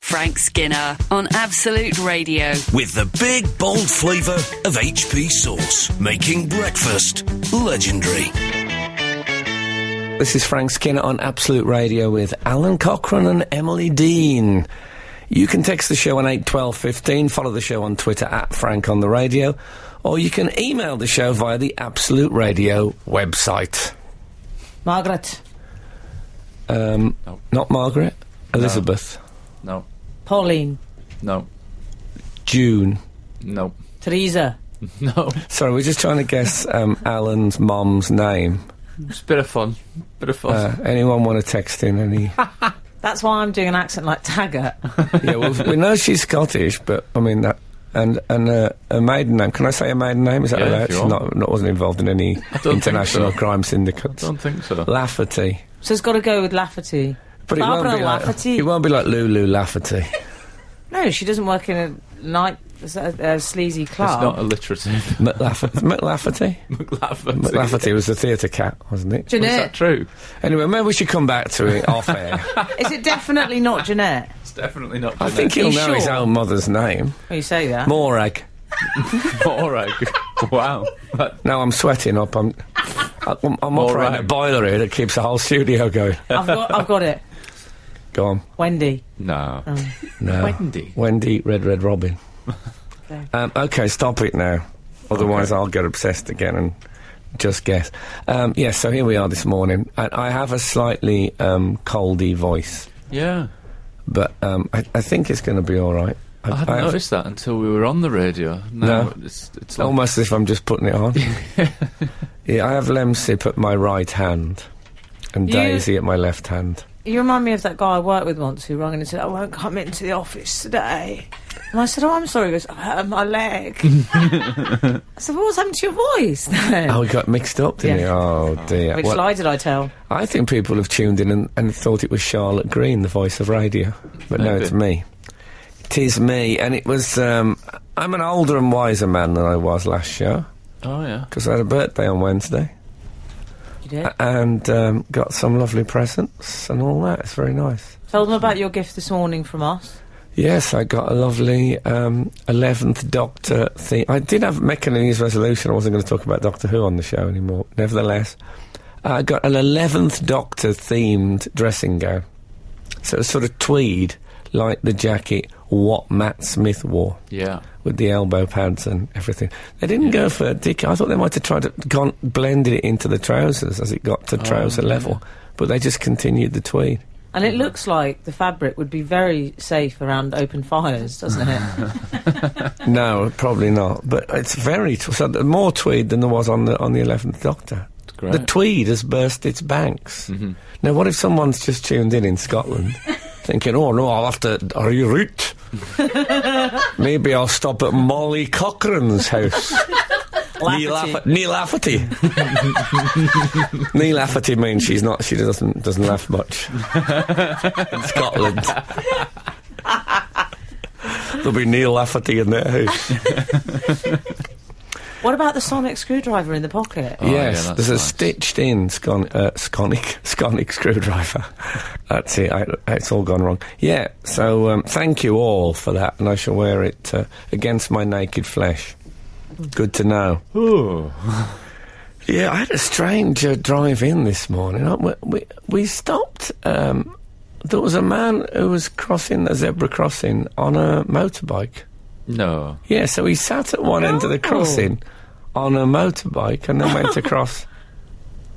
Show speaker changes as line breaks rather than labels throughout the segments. Frank Skinner on Absolute Radio.
With the big, bold flavour of HP sauce, making breakfast legendary.
This is Frank Skinner on Absolute Radio with Alan Cochrane and Emily Dean. You can text the show on 81215, follow the show on Twitter at Frank on the Radio, or you can email the show via the Absolute Radio website.
Margaret,
Um,
No.
Not Margaret, Elizabeth,
No.
Pauline,
No.
June.
No.
Teresa,
No.
Sorry, we're just trying to guess um, Alan's mom's name.
It's a bit of fun. Bit of fun.
Uh, anyone want to text in any?
That's why I'm doing an accent like Taggart.
yeah, well, we know she's Scottish, but I mean that. And and uh, a maiden name. Can I say a maiden name? Is that
Yeah, if
allowed?
you
She's
want.
not, not wasn't involved in any
think
international
so.
crime syndicates.
Don't think so.
Lafferty.
So it's got to go with Lafferty.
But
Barbara
it won't be
Lafferty.
Like, it won't be like Lulu Lafferty.
No, she doesn't work in a night a, a sleazy
It's not
club.
alliterative.
McLafferty. McLafferty.
McLaughlin.
McLafferty was the theatre cat, wasn't it?
Is that
Jeanette,
true?
Anyway, maybe we should come back to it off air.
is it definitely not Jeanette?
It's definitely not.
I think
Are
he'll
you
know his
sure?
own mother's name.
Well, you say that.
Morag.
All right. Wow. That-
No, I'm sweating up. I'm. I'm, I'm operating a
Morag.
boiler here that keeps the whole studio going.
I've got, I've got it.
Go on.
Wendy.
no.
No.
Wendy.
Wendy, Red Red Robin.
Okay.
Um, okay, stop it now. Otherwise, I'll get obsessed again and just guess. Um, yes, so here we are this morning, and I have a slightly um, coldy voice,
Yeah.
but um, I, I think it's going to be all right. I,
I hadn't
I have-
noticed that until we were on the radio. Now
No. Oh
It's, it's like,
almost as if I'm just putting it on. yeah, I have Lemsip at my right hand, and
You-
Daisy at my left hand.
You remind me of that guy I worked with once who rang in and said, I won't come into the office today. And I said, Oh, I'm sorry. He goes, I hurt my leg. I said, well, What's happened to your voice then?
Oh, we got mixed up, didn't
Yeah.
we? Oh dear.
Which
Well,
lie did I tell?
I think people have tuned in and, and thought it was Charlotte Green, the voice of radio. But no,
Maybe.
it's me. It is me. And it was. Um, I'm an older and wiser man than I was last year
oh yeah.
because I had a birthday on Wednesday
You
Uh,
did?
and um, got some lovely presents and all that. It's very nice.
Tell them about your gift this morning from us.
Yes, I got a lovely um, 11th Doctor theme. I did have making a New Year's resolution. I wasn't going to talk about Doctor Who on the show anymore. Nevertheless, I got an 11th Doctor themed dressing gown. So it's sort of tweed, like the jacket what Matt Smith wore
Yeah.
with the elbow pads and everything. They didn't go for Dick. I thought they might have tried to gone, blended it into the trousers as it got to trouser
yeah.
level, but they just continued the tweed.
And it looks like the fabric would be very safe around open fires, doesn't it?
No, probably not. But it's very tw- so th- more tweed than there was on the on the eleventh Doctor.
great.
The tweed has burst its banks. Now, what if someone's just tuned in in Scotland, thinking, "Oh no, I'll have to reroute. Maybe I'll stop at Molly Cochrane's house." Neil,
Lafferty.
Laffer- Neil Lafferty. Neil Lafferty means she's not. She doesn't doesn't laugh much in Scotland. There'll be Neil Lafferty in their house.
What about the sonic screwdriver in the pocket?
Oh, yeah,
yes,
that's
there's a
nice.
stitched-in scon- uh, sconic sconic screwdriver. That's it. I, it's all gone wrong. Yeah. So um, thank you all for that, and I shall wear it uh, against my naked flesh. Good to know.
Ooh.
Yeah, I had a strange uh, drive in this morning. I, we, we we stopped. Um, there was a man who was crossing a zebra crossing on a motorbike.
No.
Yeah, so he sat at one end of the crossing on a motorbike and then went across.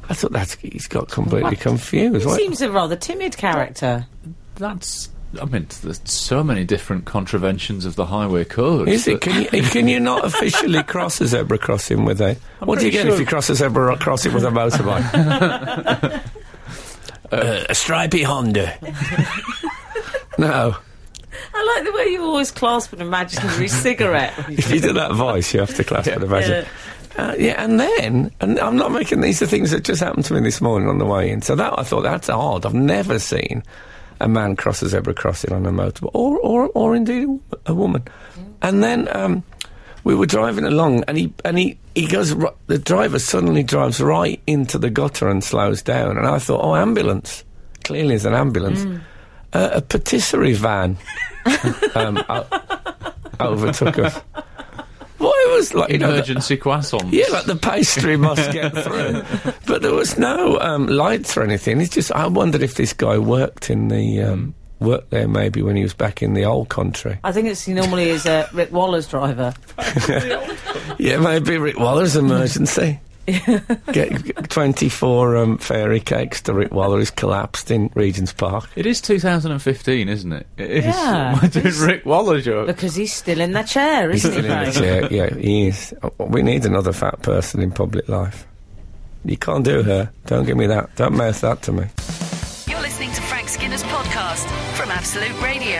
I thought that's he's got completely confused.
He
What?
seems a rather timid character.
That's. I mean, there's so many different contraventions of the highway code.
Is it?
that-
Can you can you not officially cross a zebra crossing with a? what do you
pretty
get if
sure-
you cross a zebra ro- crossing with a motorbike? uh, a stripy Honda. no,
I like the way you always clasp an imaginary cigarette.
if you do that voice, you have to clasp it. Imagine. Uh, yeah, and then, and I'm not making these are things that just happened to me this morning on the way in. So that I thought that's odd. I've never seen a man cross a zebra crossing on a motorbike, or or or indeed a wo- a woman. And then um, we were driving along, and he and he he goes. ri- The driver suddenly drives right into the gutter and slows down, and I thought, oh, ambulance! Clearly, it's an ambulance. uh, a patisserie van um, o- overtook us. Well, it was like, you know, the-
Emergency croissants.
yeah, like the pastry must get through. But there was no um, lights or anything. It's just I wondered if this guy worked in the um, worked there maybe when he was back in the old country.
I think it's he normally is a Rick Waller's driver.
Yeah, maybe Rick Waller's emergency. get twenty four um, fairy cakes to Rick Waller who's collapsed in Regent's Park.
It is 2015, isn't it? It is.
Yeah.
Am I doing Rick Waller joke?
Because he's still in the chair, isn't he?
Still in the
Craig?
chair. Yeah, he is. Oh, We need another fat person in public life. You can't do her. Don't give me that. Don't mouth that to me.
You're listening to Frank Skinner's podcast from Absolute Radio.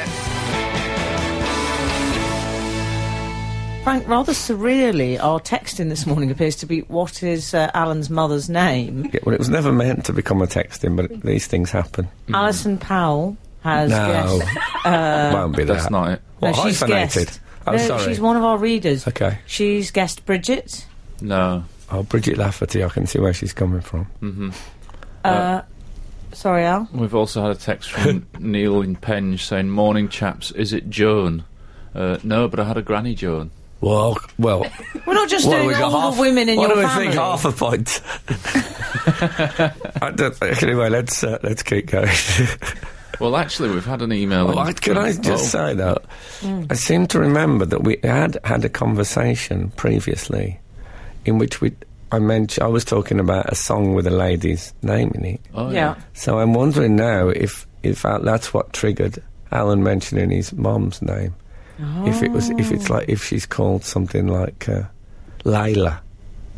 Frank, rather surreally, our text in this morning appears to be what is uh, Alan's mother's name?
Yeah, well, it was never meant to become a texting, but these things happen.
Alison Powell has
Hmm. No,
guessed.
won't be that.
That's not it.
What,
no, she's
hyphenated?
guessed.
Oh,
no,
sorry.
she's one of our readers.
Okay.
She's guessed Bridget.
No.
Oh, Bridget Lafferty. I can see where she's coming from.
Sorry, Al.
We've also had a text from Neil in Penge saying, Morning, chaps, is it Joan? Uh, no, but I had a Granny Joan.
Well, well,
We're not just
what do
doing
we got?
all
Half,
the women in
what
your
do we
family.
think? Half a point. I don't think- anyway, let's uh, let's keep going.
Well, actually, we've had an email.
Well,
in
Oh, I, can I
from-
just
oh,
say that I seem to remember that we had had a conversation previously in which we I mentioned I was talking about a song with a lady's name in it.
oh,
yeah.
So I'm wondering now if if that, that's what triggered Alan mentioning his mom's name. If it was, if it's like, if she's called something like uh, Layla.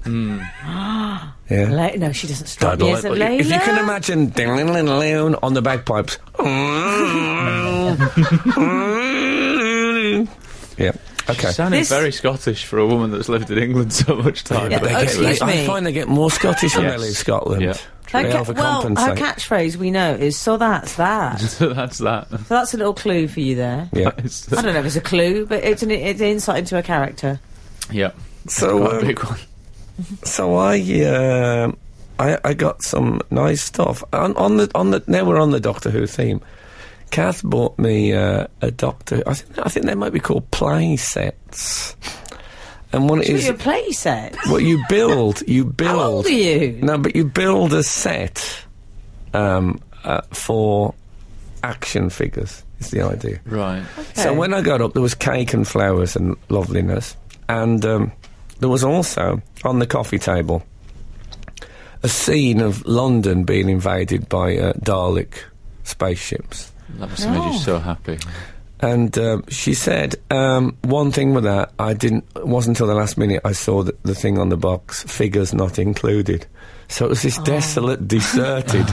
yeah.
La- no, she doesn't
I
strike
don't
me
like-
as a
but if you
Layla.
can imagine ding ling, ling, ling, on the bagpipes. yeah. Okay.
She sounded
This-
very Scottish for a woman that's lived in England so much time.
Yeah,
But
oh,
anyway.
excuse me.
I find they get more Scottish when they
Yes.
leave Scotland.
Yeah.
They
Okay, well,
overcompensate.
her catchphrase we know is "so that's that." so
So that's that.
that's a little clue for you there.
yeah.
It's-
I don't know if it's a clue, but it's an, it's an insight into her character.
yeah.
So,
Quite a
um,
big one.
So I, um I, I got some nice stuff on, on the on the. Now we're on the Doctor Who theme. Kath bought me uh, a Doctor. I think I think they might be called play sets. And one
Is
is
your play set?
what you build. You build.
How old are you?
No, but you build a set um, uh, for action figures. Is the idea.
Right.
So
Okay.
when I got up, there was cake and flowers and loveliness, and um, there was also on the coffee table a scene of London being invaded by uh, Dalek spaceships.
That must have made you so happy.
And um, she said um, one thing with that. I didn't. It wasn't until the last minute I saw the, the thing on the box, figures not included. So it was this desolate, deserted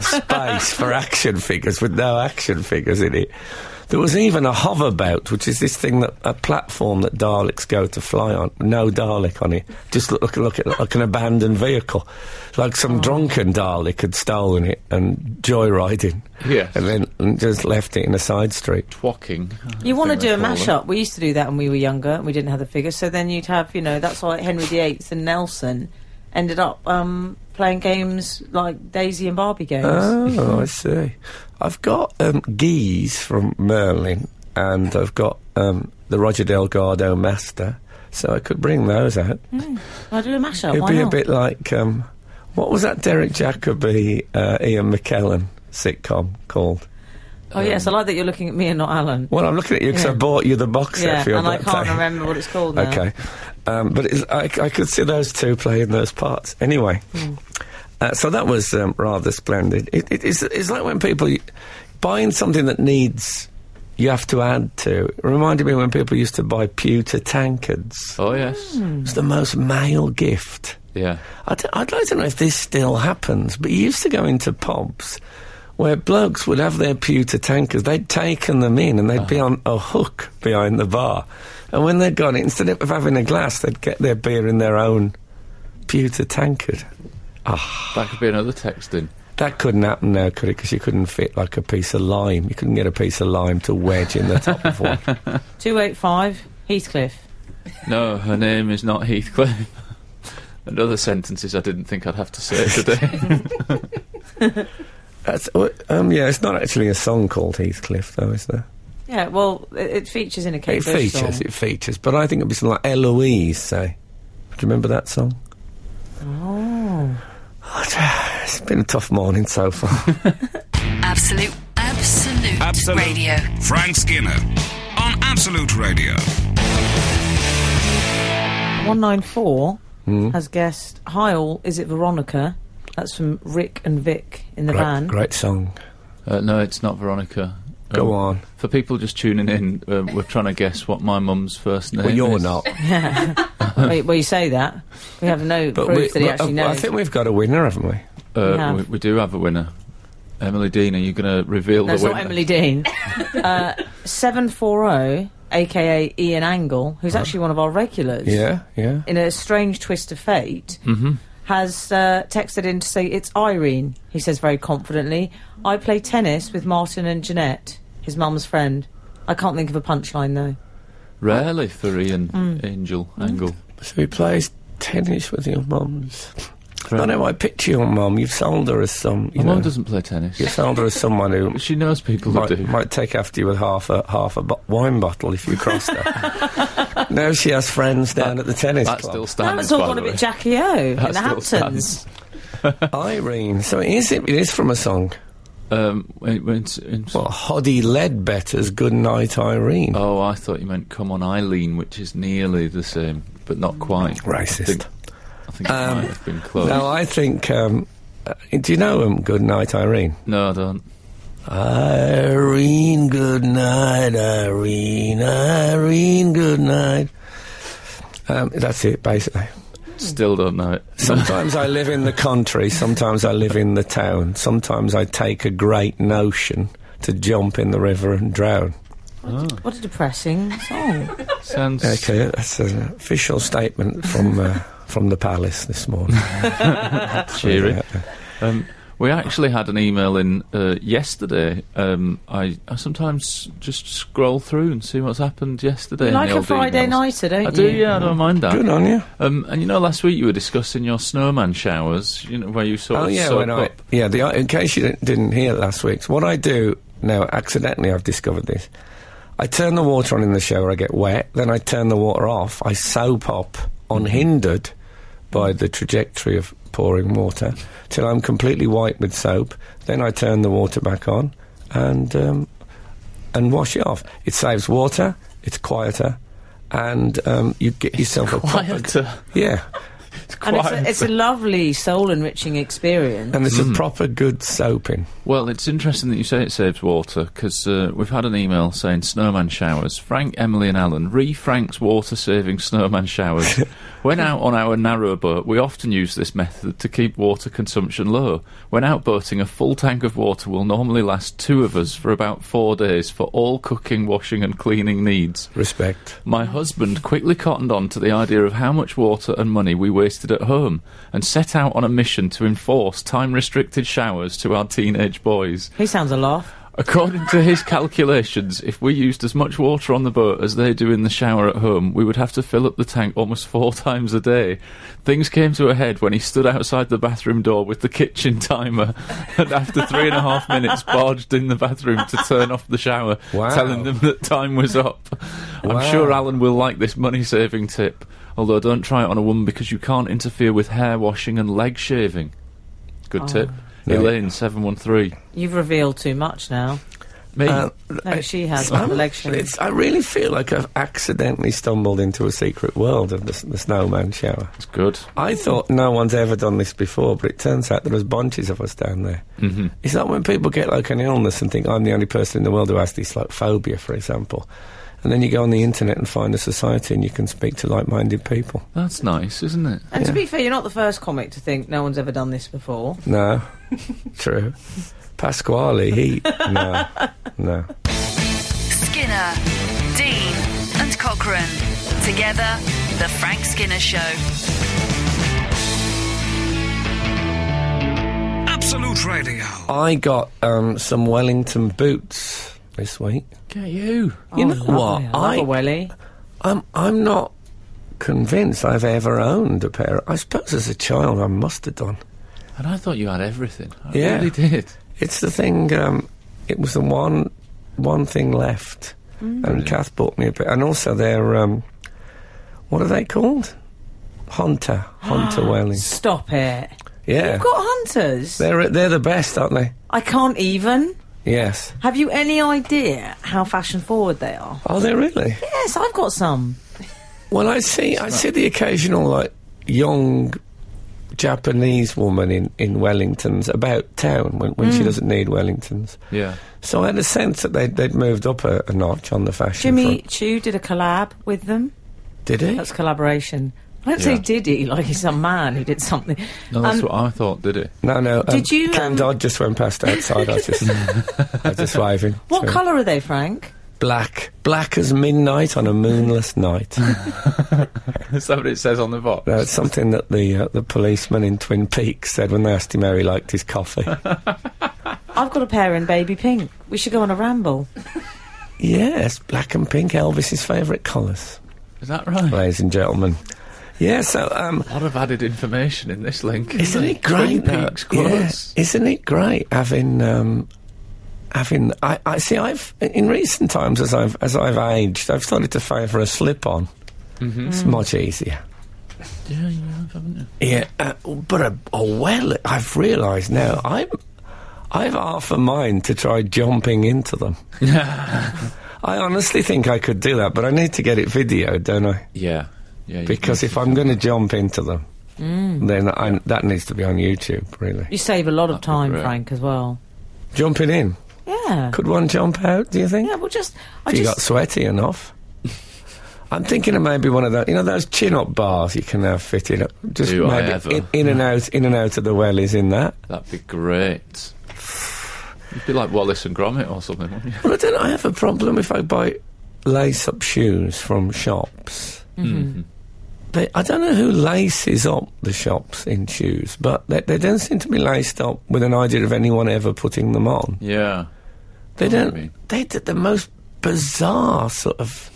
space for action figures with no action figures in it. There was even a hoverbout, which is this thing that a platform that Daleks go to fly on. No Dalek on it. Just look, look, look like an abandoned vehicle, like some drunken Dalek had stolen it and joyriding.
Yes.
and then and just left it in a side street.
Twocking.
You want to do
think
a
they call
mashup? We used to do that when we were younger and we didn't have the figures. So then you'd have, you know, that's why Henry VIII and Nelson ended up um, playing games like Daisy and Barbie games.
Oh, I see. I've got um, Geese from Merlin, and I've got um, the Roger Delgado Master, so I could bring those out.
I do a mashup.
It'd
Oh, why
be
not?
a bit like um, what was that Derek Jacobi, uh, Ian McKellen sitcom called?
oh yes,
Um,
I like that you're looking at me and not Alan.
Well, I'm looking at you because I
Yeah.
bought you the box set
yeah,
for your
and I
birthday.
can't remember what it's called now.
Okay, um, but it's, I, I could see those two playing those parts anyway. Uh, so that was um, rather splendid. It, it, it's, it's like when people buying something that needs you have to add to. It reminded me when people used to buy pewter tankards.
Oh, yes.
Hmm.
It was the most male gift.
Yeah.
I'd, I'd like to know if this still happens, but you used to go into pubs where blokes would have their pewter tankers. They'd taken them in and they'd be on a hook behind the bar. And when they'd gone, instead of having a glass, they'd get their beer in their own pewter tankard.
That could be another texting.
That couldn't happen now, could it? Because you couldn't fit like a piece of lime. You couldn't get a piece of lime to wedge in the top of one.
Two eight five Heathcliff.
No, her name is not Heathcliff. and other sentences I didn't think I'd have to say today.
That's, uh, um, yeah, it's not actually a song called Heathcliff, though, is there?
Yeah, well, it, it features in a Kate
It
Bush
features,
song.
it features. But I think it'd be something like Eloise, say. Do you remember that song? Oh. It's been a tough morning so far.
Absolute, absolute,
Absolute.
radio.
Frank Skinner on Absolute Radio.
194
Hmm.
has guessed, Hi all, is it Veronica? That's from Rick and Vic in the van.
great, great song.
Uh, no, it's not Veronica.
Go
Um,
on.
For people just tuning in, uh, we're trying to guess what my mum's first name
Well, you're
is.
not.
Wait, well, you say that. We have no
But
proof
we,
that he
we- uh,
actually
I, I
knows.
think we've got a winner, haven't we?
Uh,
We have.
we, we do have a winner. Emily Dean, are you going to reveal
That's
the
not
winner?
Emily Dean. uh, oh, 740, aka Ian Angle, who's actually one of our regulars,
Uh-huh. Yeah, yeah.
in a strange twist of fate, has uh, texted in to say, It's Irene, he says very confidently. I play tennis with Martin and Jeanette, his mum's friend. I can't think of a punchline, though.
Rarely for Ian
Mm.
Angel Angle.
So he plays tennis with your mums. I
Right.
know, I picture your mum. You've sold her as some. You
My mum
know,
doesn't play tennis.
You've sold her as someone who
She knows people who
might,
do.
might take after you with half a half a bo- wine bottle if you crossed her. now she has friends down at the tennis
That's
club.
still
That
standing.
was all
by
gone
the
a
way.
bit Jackie O in
That
the
still
Hamptons.
Irene. So it is, it is from a song.
Um, when- when it's- in-
What? Hoddy Ledbetter's Good Night Irene.
Oh, I thought you meant Come On Eileen, which is nearly the same, but not quite.
Racist. Um,
I think, I think it might have been close.
Now
No,
I think. Um, uh, do you know um, Good Night Irene?
I don't.
Irene, good night, Irene, Irene, good night. Um, that's it, basically.
Still don't know it.
Sometimes I live in the country, sometimes I live in the town, sometimes I take a great notion to jump in the river and drown.
What a depressing song.
Sounds.
Okay, that's an official statement from, uh, from the palace this morning.
Cheery. Um, we actually had an email in uh, yesterday. Um, I, I sometimes just scroll through and see what's happened yesterday. in
like
the
a
old
Friday
emails.
nighter, don't
I
you?
do, yeah, I don't mind that.
Good on you.
Um, and you know, last week you were discussing your snowman showers, you know, where you sort
Oh
of
yeah,
soak
when I
up.
yeah. The, in case you didn't- didn't hear last week's, what I do now accidentally, I've discovered this. I turn the water on in the shower, I get wet. Then I turn the water off. I soap up unhindered by the trajectory of pouring water till I'm completely white with soap. Then I turn the water back on and um, and wash it off. It saves water. It's quieter, and um, you get yourself a proper-
Quieter.
yeah.
And it's a, it's a lovely soul enriching experience.
And it's a proper good soaping.
Well, it's interesting that you say it saves water because uh, we've had an email saying snowman showers. Frank, Emily, and Alan re Frank's water saving snowman showers. when out on our narrow boat, we often use this method to keep water consumption low. When out boating, a full tank of water will normally last two of us for about four days for all cooking, washing, and cleaning needs.
Respect.
My husband quickly cottoned on to the idea of how much water and money we wasted at home and set out on a mission to enforce time restricted showers to our teenage boys.
He sounds a laugh.
According to his calculations, if we used as much water on the boat as they do in the shower at home, we would have to fill up the tank almost four times a day. Things came to a head when he stood outside the bathroom door with the kitchen timer and after three and a half minutes barged in the bathroom to turn off the shower,
Wow.
telling them that time was up.
Wow.
I'm sure Alan will like this money saving tip, although don't try it on a woman because you can't interfere with hair washing and leg shaving. Good tip.
Yeah.
Elaine, 713.
You've revealed too much now.
Me.
Uh,
No,
I-
she has
I'm-
the leg shave.
it's- I really feel like I've accidentally stumbled into a secret world of the, s- the snowman shower.
It's good.
I thought no one's ever done this before, but it turns out there was bunches of us down there. Mm-hmm. It's like when people get like an illness and think I'm the only person in the world who has this, like phobia, for example. And then you go on the internet and find a society and you can speak to like-minded people.
That's nice, isn't it?
And to be fair, you're not the first comic to think no one's ever done this before.
No, true. Pasquale, he no, no.
Skinner, Dean, and Cochrane. Together, The Frank Skinner Show.
Absolute Radio.
I got um, some Wellington boots this week.
Get you.
You
Oh,
know
lovely.
what?
I love
I-
a welly.
I'm I'm not convinced I've ever owned a pair. I suppose as a child I must have done.
And I thought you had everything. I
Yeah.
really did.
It's the thing. Um, it was the one one thing left, and Kath bought me a bit. And also their um, what are they called? Hunter, hunter whaling.
Stop it.
Yeah,
You've got hunters.
they're they're the best, aren't they?
I can't even.
Yes.
Have you any idea how fashion forward they are?
Are they really?
Yes, I've got some.
Well, I see. I see the occasional like young Japanese woman in in Wellingtons about town when, when she doesn't need Wellingtons.
Yeah.
So I had a sense that they'd, they'd moved up a, a notch on the fashion.
Jimmy
front.
Chu did a collab with them.
did he?
That's collaboration. I don't say
Yeah.
did he like he's a man who did something.
No, that's
Um,
what I thought, did it?
No, no.
Did you,
Ken
um,
Dodd just went past outside. I was just, I was just waving.
What
So-
colour are they, Frank?
Black, black as midnight on a moonless night.
Is that what it says on the box?
That's something that the uh, the policeman in Twin Peaks said when they asked him how he liked his coffee.
I've got a pair in baby pink. We should go on a ramble.
yes, black and pink, Elvis's favourite colours,
Is that right?
ladies and gentlemen. Yeah, so um,
A lot of added information in this link.
Isn't it
Twin
great? though?
Peaks
Yeah.
quotes.
Isn't it great having um, having? I, I see. I've in recent times as I've as I've aged, I've started to favour a slip on. It's much easier.
Yeah, you have, haven't you?
Yeah, uh, but a, a well, I've realised now. I'm I've half a mind to try jumping into them. I honestly think I could do that, but I need to get it videoed, don't I?
Yeah. Yeah. you
Because
can.
if I'm going to Mm. jump into them, then I, that needs to be on YouTube, really.
You save a lot of time,
great.
Frank, as well.
Jumping in.
Yeah.
Could one jump out, do you think?
Yeah, well, just I
if you
just
got sweaty enough. I'm thinking of maybe one of those, you know, those chin-up bars you can have fitted up. Just
Do I
maybe
ever?
In, in and out, in and out of the wellies in that.
That'd be great. You'd be like Wallace and Gromit or something, wouldn't you?
Well, I don't. know, I have a problem if I buy lace-up shoes from shops.
Mm-hmm.
Mm-hmm.
They, I don't know who laces up the shops in shoes, but they, they don't seem to be laced up with an idea of anyone ever putting them on.
Yeah.
They
know what you
don't.
mean.
They did the most bizarre sort of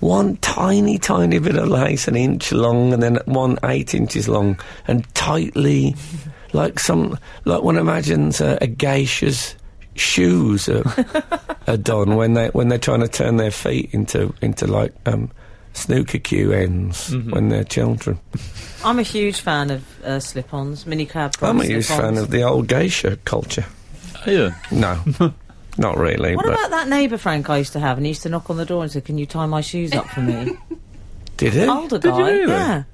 one tiny, tiny bit of lace, an inch long, and then one eight inches long, and tightly, like some, like one imagines a, a geisha's shoes are, are done when they when they're trying to turn their feet into into like um, snooker cue ends
Mm-hmm.
when they're children.
I'm a huge fan of uh, slip-ons, minicab.
I'm a
slip-ons.
huge fan of the old geisha culture.
Are you?
No, not really.
What
but
about that neighbour Frank I used to have, and he used to knock on the door and say, "Can you tie my shoes up for me?"
did it?
Older
Did you
guy,
really?
yeah. And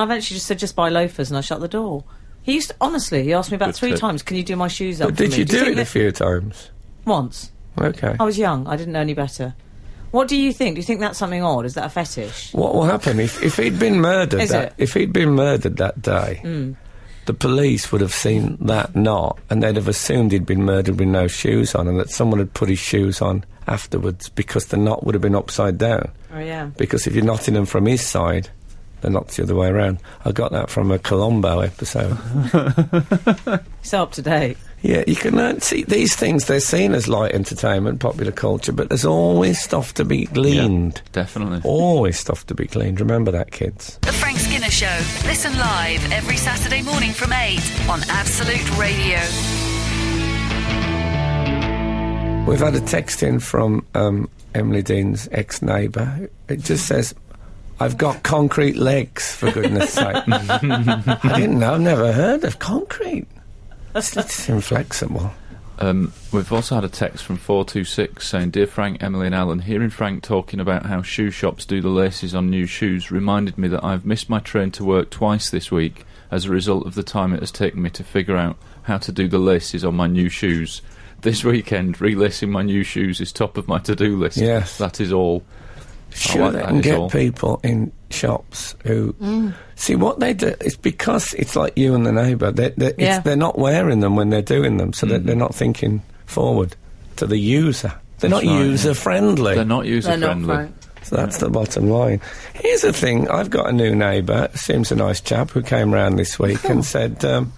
I eventually just said, "Just buy loafers," and I shut the door. He used to, honestly. He asked me about
Good
three
tip.
times, "Can you do my shoes up?"
But
for
did
me?"
you
think
do it a
that-
few times?
once?
Okay.
I was young. I didn't know any better. What do you think? Do you think that's something odd? Is that a fetish?
What will happen if, if he'd been murdered?
Is
that,
it? Mm.
If he'd been murdered that day, the police would have seen that knot, and they'd have assumed he'd been murdered with no shoes on, and that someone had put his shoes on afterwards because the knot would have been upside down.
Oh yeah.
Because if you're knotting them from his side, the knot's the other way around. I got that from a Colombo episode.
Uh-huh. So up to date.
yeah, you can learn. See, these things they're seen as light entertainment, popular culture, but there's always stuff to be gleaned.
Definitely.
Always stuff to be gleaned. Remember that, kids.
The Frank Skinner Show. Listen live every Saturday morning from 8 on Absolute Radio.
We've had a text in from um, Emily Dean's ex neighbour. It just says, I've got concrete legs, for goodness sake. I didn't know, I've never heard of concrete. It's, it's inflexible.
Um, we've also had a text from 426 saying, Dear Frank, Emily, and Alan, hearing Frank talking about how shoe shops do the laces on new shoes reminded me that I've missed my train to work twice this week as a result of the time it has taken me to figure out how to do the laces on my new shoes. This weekend, relacing my new shoes is top of my to do list.
Yes.
That is all.
Sure,
like
they
that
can
is
get
all.
people in shops who see what they do. It's because it's like you and the neighbour. They're, they're, it's-
Yeah.
they're not wearing them when they're doing them, so they're,
Mm-hmm.
they're not thinking forward to the user. They're
That's
not
right, yeah.
user friendly.
They're not user friendly.
So that's the bottom line. Here's the thing I've got a new neighbour, seems a nice chap, who came round this week and said, um,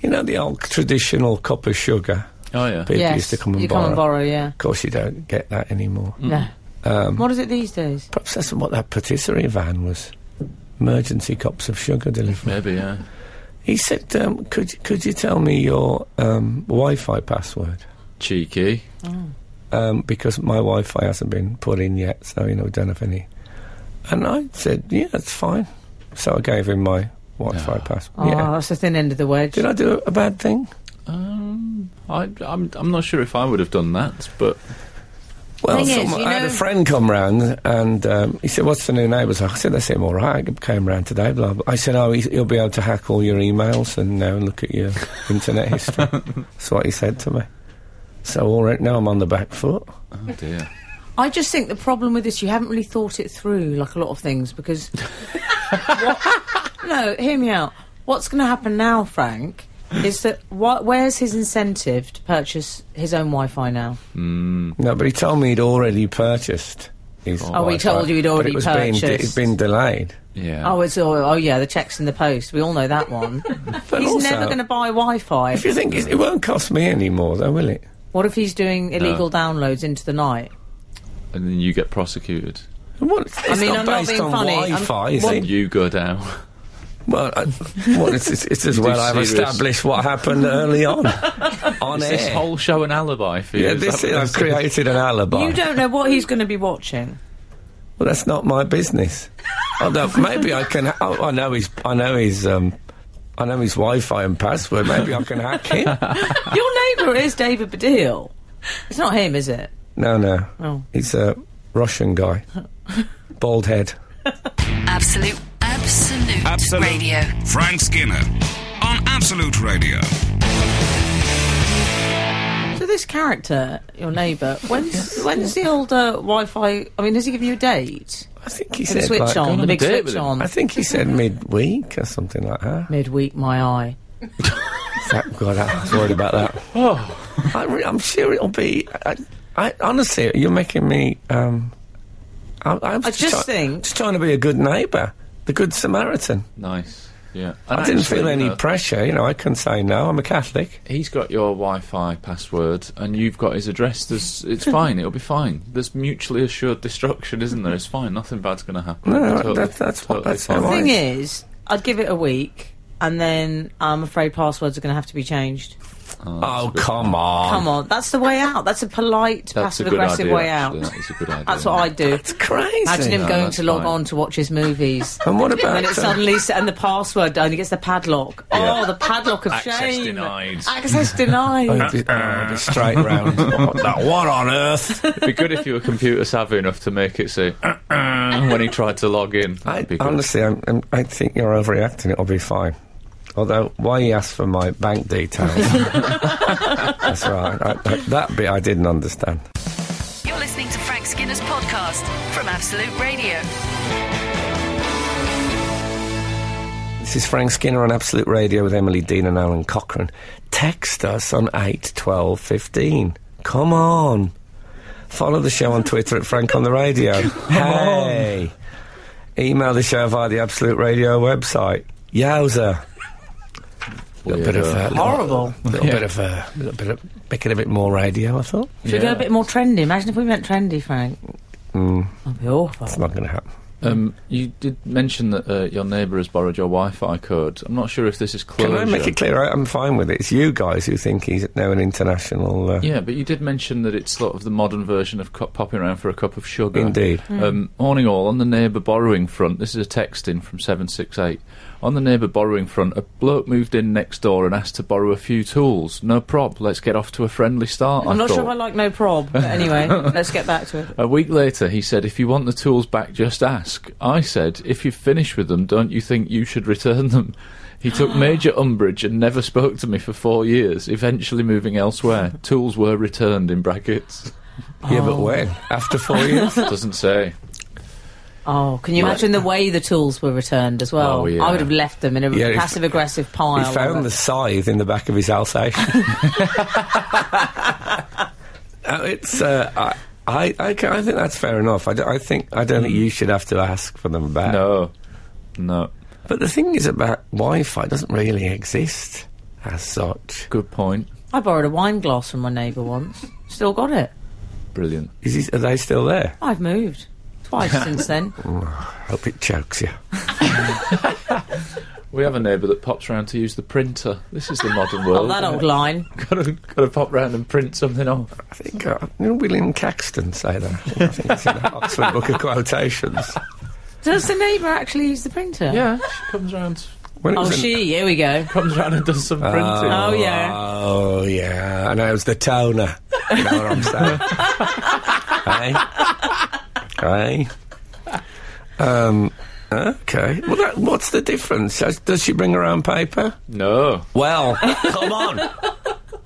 you know, the old traditional cup of sugar
Oh, yeah.
people used to come and
you
borrow. Hmm. Um,
come and borrow. Mm. Yeah.
Of course, you don't get that anymore.
No. what is it these days?
Perhaps that's what that patisserie van was. Emergency cups of sugar delivery.
Maybe, yeah.
He said, um, "Could could you tell me your um, Wi-Fi password?"
Cheeky.
um, because my Wi-Fi hasn't been put in yet, so you know, don't have any. And I said, yeah, that's fine. So I gave him my Wi-Fi password.
Oh,
Yeah.
that's the thin end of the wedge.
Did I do a bad thing?
Um, I, I'm, I'm not sure if I would have done that, but
Well,
Thing is,
someone-
you
I had a
know-
friend come round and um, he said, "What's the new neighbours?" like? I said, "They seem all right." I came round today. Blah. blah. I said, "Oh, he- he'll be able to hack all your emails and now look at your internet history." That's what he said to me. So all right, now I'm on the back foot.
oh dear.
I just think the problem with this, you haven't really thought it through, like a lot of things, because. what, no, hear me out. What's going to happen now, Frank, is that wh- where's his incentive to purchase his own Wi Fi now?
No, but he told me he'd already purchased. His
Oh, he told you he'd
Wi-Fi, but
already
it was being de-
purchased.
it'd been delayed.
Yeah.
Oh, it's all, oh yeah, the check's in the post. We all know that one. he's
also-
never going to buy Wi-Fi.
If you think it's- it won't cost me any more, though, will it?
what if he's doing illegal downloads into the night?
and then you get prosecuted.
Well, it's, it's
mean,
not
I'm not
based
being
on
funny. I'm-
Wi-Fi, is
And
it?
you go down.
Well, I, well it's, it's, it's as
You do
well I've
serious-
established what happened early on. on air.
This whole show an alibi for you.
yeah,
is
this
that
is,
what
I've
this is?
created an alibi.
You don't know what he's going to be watching.
Well, that's not my business. Although maybe I can. Oh, I know his. I know his. Um, I know his Wi-Fi and password. Maybe I can hack him.
Your neighbour is David Baddiel. It's not him, is it?
No, no.
Oh.
He's a Russian guy, bald head.
Absolute, absolute,
Absolute.
radio.
Frank Skinner on Absolute Radio.
So this character, your neighbour, when's when's the old uh, Wi-Fi? I mean, has he given you a date?
I think he
The
said
switch
like,
on
on, the
a
big
date
switch
with him.
on.
I think he said midweek or something like that.
Midweek, my eye.
That, God, I was worried about that.
Oh.
I re- I'm sure it'll be. I, I honestly, you're making me. Um, I, I'm
I just
try-
think-
just trying to be a good neighbour, the good Samaritan.
Nice. Yeah.
I
And
didn't
actually,
feel any
you know,
pressure. You know, I can say no. I'm a Catholic.
he's got your Wi-Fi password, and you've got his address. There's, it's fine. It'll be fine. There's mutually assured destruction, isn't there? It's fine. Nothing bad's going to happen.
No, no,
Totally-
that's- that's what- that's how
fine.
I-
Thing is, I'd give it a week, and then I'm afraid passwords are going to have to be changed.
Oh, come on!
Come on, that's the way out. That's a polite,
That's a
passive
good
aggressive
idea,
way
actually.
out.
That is a good idea.
That's what I do.
it's crazy.
Imagine him going
that's
to log
fine.
on to watch his movies.
And what about uh,
And then it
the-
suddenly s- and the password only gets the padlock.
Yeah.
Oh, the padlock of
Access
shame.
denied.
Access
Oh,
denied.
it'd be- oh, it'd be straight round. what, the- what on earth?
It'd be good if you were computer savvy enough to make it say "Uh-uh," when he tried to log in.
I,
That'd be good.
honestly, I'm, I'm, I think you're overreacting. It'll be fine. Although, why he asked for my bank details? That's right. I, I, that bit I didn't understand.
You're listening to Frank Skinner's podcast from Absolute Radio.
This is Frank Skinner on Absolute Radio with Emily Dean and Alan Cochrane. Text us on eight twelve fifteen. Come on. Follow the show on Twitter at Frank on the Radio. hey. Email the show via the Absolute Radio website. Yowza. little bit of uh, little-
Horrible.
little bit of uh, little bit of making a bit more radio. I thought
Should we go a bit more trendy? Imagine if we went trendy, Frank. That'd be awful.
it's not going to happen.
Um, you did mention that uh, your neighbour has borrowed your Wi-Fi code. I'm not sure if this is
Can
closure.
I make it clear? I, I'm fine with it. It's you guys who think he's now an international. Uh,
Yeah, but you did mention that it's sort of the modern version of cu- popping around for a cup of sugar.
Indeed.
Hmm.
Um, morning all, on the neighbour borrowing front, this is a text in from 768. On the neighbour borrowing front, a bloke moved in next door and asked to borrow a few tools. No prop, let's get off to a friendly start.
I'm
I
not sure
thought.
if I like no prob, but anyway, let's get back to it.
A week later, he said, If you want the tools back, just ask. I said, If you've finished with them, don't you think you should return them? He took major umbrage and never spoke to me for four years, eventually moving elsewhere. tools were returned, in brackets.
yeah, but when? After four years?
Doesn't say.
Oh, can you imagine the way the tools were returned as well?
Oh, yeah.
I would have left them in a
Yeah, if-
passive aggressive
He
pile.
found the scythe in the back of his eh? Alsatian. Uh, it's. Uh, I, I, I, ca- I think that's fair enough. I, d- I think I don't think you should have to ask for them back.
No. No.
But the thing is about Wi-Fi it doesn't really exist as such.
Good point.
I borrowed a wine glass from my neighbour once. Still got it.
Brilliant.
Is he, are they still there?
I've moved twice since then.
Hope it chokes you.
We have a neighbour that pops round to use the printer. This is the modern
Oh,
world.
that old line.
Got to, got to pop round and print something off.
I think uh, you know, William Caxton say that. I think, I think it's in the Oxford Book of Quotations.
Does the neighbour actually use the printer?
Yeah, she comes round,
When it
Oh,
was in-
she. Here we go.
comes round and does some printing.
Oh, yeah.
Oh yeah, and I was the toner. You know what I'm saying? Aye. Aye. Um. Okay. Well, that, what's the difference? Does- Does she bring her own paper?
No,
Well, come on.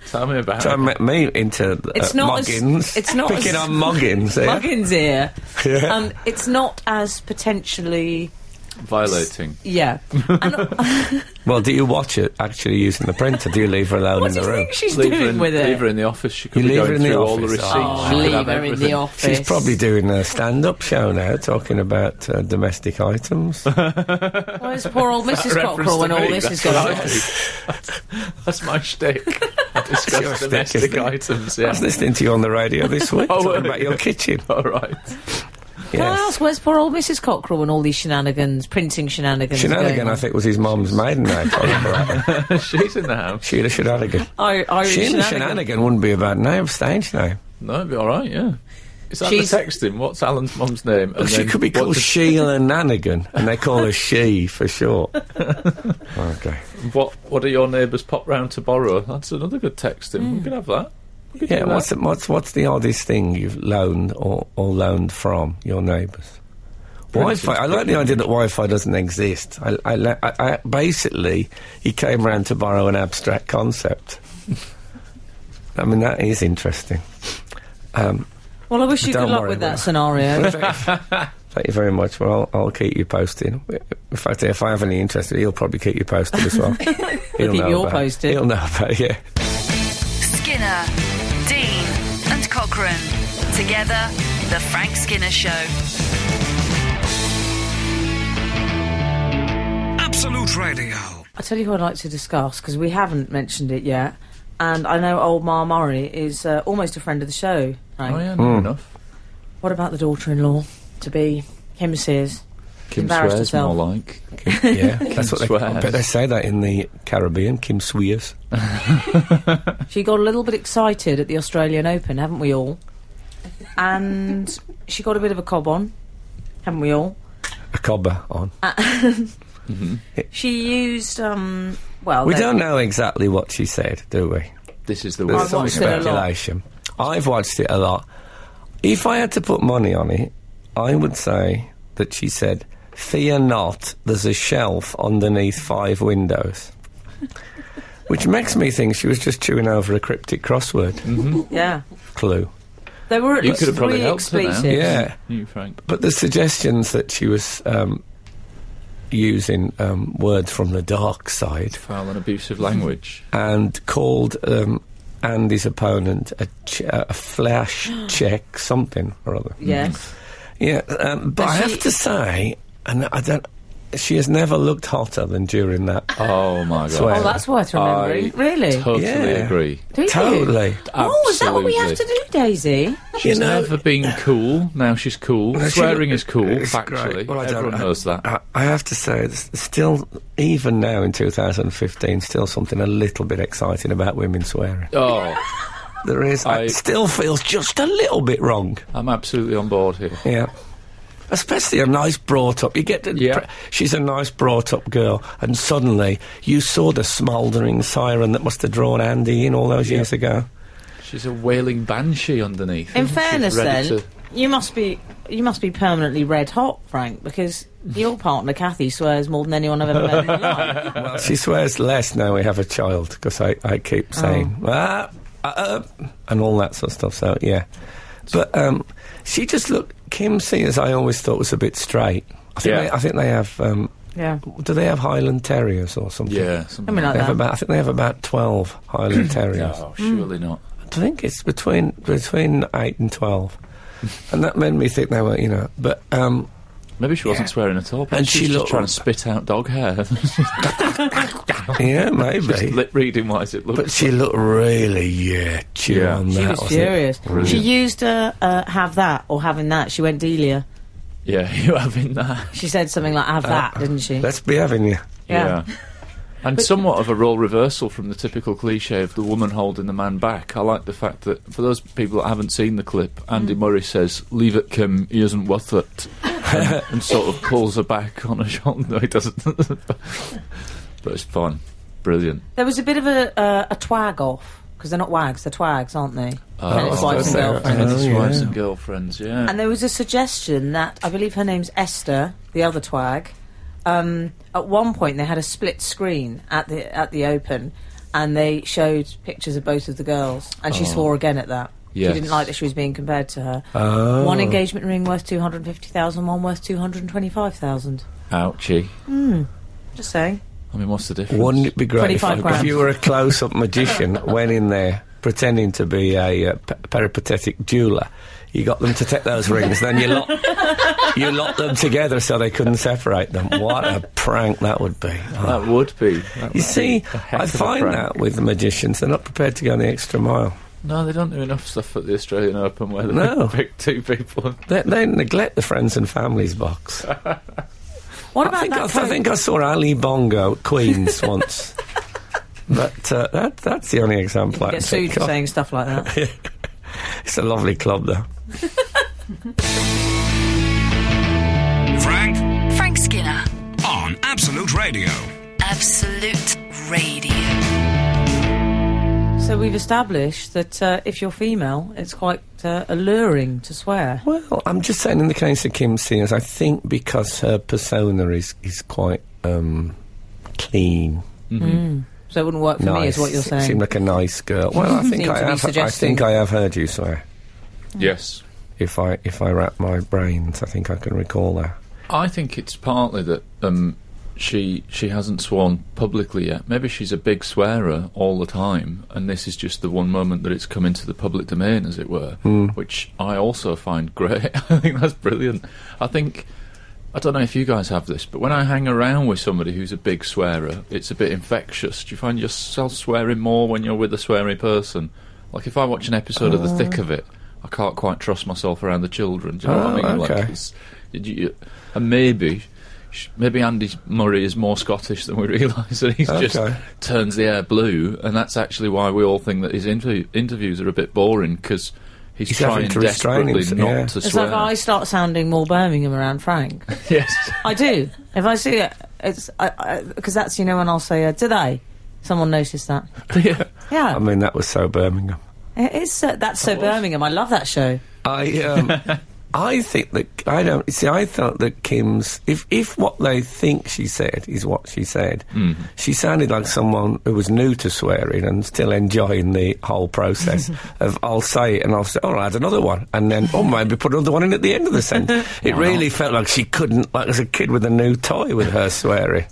tell me about
Don't
it.
make me into uh,
It's not as-
Moggins.
it's not
picking
as-
on Moggins here.
Muggins here.
Yeah.
Um, it's not as potentially.
Violating.
Yeah. And
Well, do you watch it actually using the printer? Do you leave her alone
what
in
do
the
you
room?
think she's
Leave her,
doing
in,
with
leave her
it?
in the office. She could
You
be
leave her
going
in the
through all the
office?
receipts.
Oh,
She could
leave
have
her in
everything.
the office.
She's probably doing a stand-up show now, talking about uh, domestic items.
Where's poor old Mrs. Cockrell when all
Reference to me,
this is
that's
going
what
on?
I do. That's my shtick. I
your
discuss
shtick,
domestic
isn't it?
items.
I
Yeah.
was listening to you on the radio this week
Oh, were
talking about
you?
your kitchen.
All right.
Can I
Yes.
ask, where's poor old Mrs. Cockrell when all these shenanigans, printing shenanigans? are
Shenanigan,
going
I
on?
think, was his mum's maiden name. if I remember rightly.
She's in the house.
Sheila Shenanigan.
I, Irish
Sheila
shenanigans.
Shenanigan wouldn't be a bad name, stage name.
No, it'd be all right. Yeah. Is that
She's-
the texting? What's Alan's mum's name? And
she
then
could be
what
called
does-
Sheila Nanigan, and they call her She for short. okay.
What What are your neighbours pop round to borrow? That's another good texting. We could have that. We could
Hmm. Yeah,
do that.
what's, the, what's, what's the oddest thing you've loaned or, or loaned from your neighbours? Wi-Fi. I like the idea that Wi-Fi doesn't exist. I, I, la- I, I basically he came round to borrow an abstract concept. I mean that is interesting. Um,
Well, I wish you
Don't
good luck
worry
with
about
that
it.
scenario.
thank you very much. Well, I'll, I'll keep you posted. In fact, if I have any interest, he'll probably keep you posted as well. he'll
keep
know
you all
about it.
posted.
He'll know about it. Yeah.
Skinner, Dean, and Cochrane. Together, The Frank Skinner Show.
Absolute Radio.
I tell you who I'd like to discuss because we haven't mentioned it yet, and I know old Ma Murray is uh, almost a friend of the show. Right?
Oh yeah,
Hmm.
no, enough.
What about the daughter-in-law to be? Kim Sears.
Kim
Embarrassed
swears more
herself.
like.
Yeah, that's what they, I
Swears.
bet they say that in the Caribbean. Kim Swears.
She got a little bit excited at the Australian Open, haven't we all? And she got a bit of a cob on, haven't we all?
a cobber on.
She used um. Well,
We
the-
don't know exactly what she said, do we?
This is the
There's
worst.
I've
some
watched it a lot.
speculation. I've watched it a lot. If I had to put money on it, I would say that she said, Fear not, there's a shelf underneath five windows. Which makes me think she was just chewing over a cryptic crossword
Mm. Yeah,
clue.
there were at
You
least
could have probably
three
helped her now.
expletives.
Yeah.
You, Frank.
But the suggestions that she was um, using um, words from the dark side
Foul and abusive language.
and called um, Andy's opponent a, ch- a flash check something or other.
Yes.
Yeah, um, but
But
I
she-
have to say, and I don't. She has never looked hotter than during that.
Oh my god.
Swear.
Oh, that's worth remembering.
I
really?
Totally
Yeah.
agree.
Do you?
Totally.
Oh, is that what we have to
Absolutely.
do, Daisy?
She's
You know-
never been cool. Now she's cool.
she-
Swearing is cool.
It's
Factually,
great. Well, I don't-
everyone
I-
knows that.
I, I have to say, it's still, even now in 2015, still something a little bit exciting about women swearing.
Oh,
There is.
I-
it still feels just a little bit wrong.
I'm absolutely on board here.
Yeah. Especially a nice brought up. You get the
Yeah.
pre- she's a nice brought up girl, and suddenly you saw the smouldering siren that must have drawn Andy in all those years ago.
She's a wailing banshee underneath.
In
isn't she?
fairness,
Ready
then
to-
you must be you must be permanently red hot, Frank, because your partner Kathy swears more than anyone I've ever met in my life.
Uh-huh.
Well, she swears less now we have a child because I, I keep
Oh.
saying ah, uh, uh," and all that sort of stuff. So yeah, but um, she just looked Kim Sears. I always thought was a bit straight. I think
Yeah.
they, I think they have. Um,
Yeah,
do they have Highland Terriers or something?
yeah, something
I mean like
They have
that.
about, I think they have about twelve Highland Terriers.
Oh, surely
Hmm.
not.
I think it's between between eight and twelve, and that made me think they were, you know. But um,
Maybe she wasn't swearing at all. But
And
she's
she
just
looked-
trying to spit out dog hair.
yeah, maybe.
Lip reading wise, it looks.
but she looked really, yeah, chew
Yeah.
on
she
that.
was
wasn't it?
furious.
Brilliant.
She used uh, uh, "have that" or "having that." She went Delia.
yeah, you having that?
She said something like "have that," didn't she?
Let's be having you.
Yeah.
And somewhat of a role reversal from the typical cliche of the woman holding the man back. I like the fact that, for those people that haven't seen the clip, Andy
Mm.
Murray says, Leave it, Kim, he isn't worth it. and, and sort of pulls her back on her shoulder. No, he doesn't. but it's fun. Brilliant.
There was a bit of a uh, a twag off because they're not wags, they're twags, aren't they? and it's
Oh,
wives and
okay.
girlfriends.
And it's
Oh,
wives
yeah.
and girlfriends, yeah.
And there was a suggestion that I believe her name's Esther, the other twag. Um, at one point, they had a split screen at the at the open, and they showed pictures of both of the girls, and she swore again at that.
Yes.
She didn't like that she was being compared to her.
Oh.
One engagement ring worth two hundred fifty thousand, one worth two hundred twenty-five thousand.
Ouchie.
Just saying.
I mean, what's the difference?
Wouldn't it be great if,
25 grand.
if you were a close-up magician, went in there pretending to be a uh, p- peripatetic jeweler? You got them to take those rings, then you lock you locked them together so they couldn't separate them. What a prank that would be! Oh.
That would be. that
You
would
see,
be a heck
I
of a
find
prank.
that with the magicians, they're not prepared to go the extra mile.
No, they don't do enough stuff at the Australian Open where they
No.
pick two people.
They, they neglect the friends and families box.
What
I
about
think I,
that?
I
quote?
think I saw Ali Bongo at Queens once. But uh, that, that's the only example I
Get
can
sued
think
for
of.
saying stuff like that.
It's a lovely club, though.
Frank
Frank Skinner,
on Absolute Radio.
Absolute Radio.
so we've established that uh, if you're female, it's quite uh, alluring to swear.
Well, I'm just saying, in the case of Kim Sears, I think because her persona is, is quite um, clean.
So it wouldn't work for me, is
nice.
what you're saying.
Seemed like a nice girl. Well, I think
Seem
I
to be
have. I
suggesting.
think I have heard you swear.
Yes.
If I if I wrap my brains, I think I can recall that.
I think it's partly that um, she she hasn't sworn publicly yet. Maybe she's a big swearer all the time, and this is just the one moment that it's come into the public domain, as it were,
Hmm.
which I also find great. I think that's brilliant. I think. I don't know if you guys have this, but when I hang around with somebody who's a big swearer, it's a bit infectious. Do you find yourself swearing more when you're with a sweary person? Like if I watch an episode of The Thick of It, I can't quite trust myself around the children. Do you know what I
Uh. Oh,
mean?
okay.
Like it's, did you, and maybe, sh- maybe Andy Murray is more Scottish than we realise, and he just
Okay.
turns the air blue, and that's actually why we all think that his interview, interviews are a bit boring because he's,
He's having
trying
to restrain
desperately
himself,
not
yeah.
to
It's
swear.
like I start sounding more Birmingham around Frank.
yes.
I do. If I see it, it's because that's you know when I'll say, uh, "Did they?" Someone noticed that.
yeah.
Yeah,
I mean, that was so Birmingham.
it is. Uh, that's so Birmingham. I love that show.
I um, I think that I don't see. I thought that Kim's if if what they think she said is what she said, she sounded like someone who was new to swearing and still enjoying the whole process of I'll say it and I'll say, oh, I'll add another one, and then oh, maybe put another one in at the end of the sentence. It really felt like she couldn't, like as a kid with a new toy with her swearing.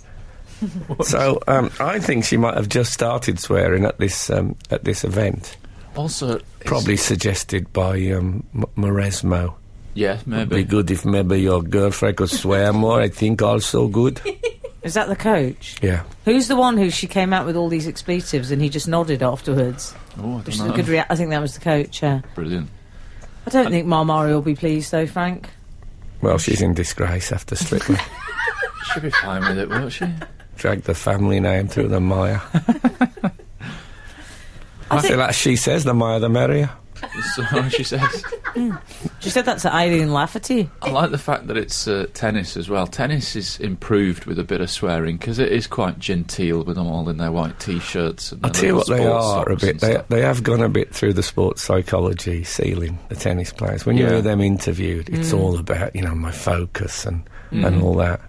so um, I think she might have just started swearing at this um, at this event,
Also, it's-
probably suggested by um, M- Maresmo.
yeah,
Be
maybe.
good if maybe your girlfriend could swear more. I think also good.
Is that the coach?
Yeah.
Who's the one who she came out with all these expletives and he just nodded afterwards?
Oh, I
Which
don't
is
know.
a good rea- I think that was the coach. Yeah.
Brilliant.
I don't think Marmari will be pleased though, Frank.
Well, she's in disgrace after Strictly.
She'll be fine with it, won't she?
Dragged the family name through the mire. I, feel like she says the mire the merrier.
So she says.
She said that to Eileen Lafferty.
I like the fact that it's uh, tennis as well. Tennis is improved with a bit of swearing because it is quite genteel with them all in their white t-shirts. And
I
their
tell you what,
little
they
sports
are a
socks
bit.
and
They,
stuff.
they have gone a bit through the sports psychology ceiling. The tennis players, when you
Yeah. Mm.
hear them interviewed, it's all about you know my focus and and all that.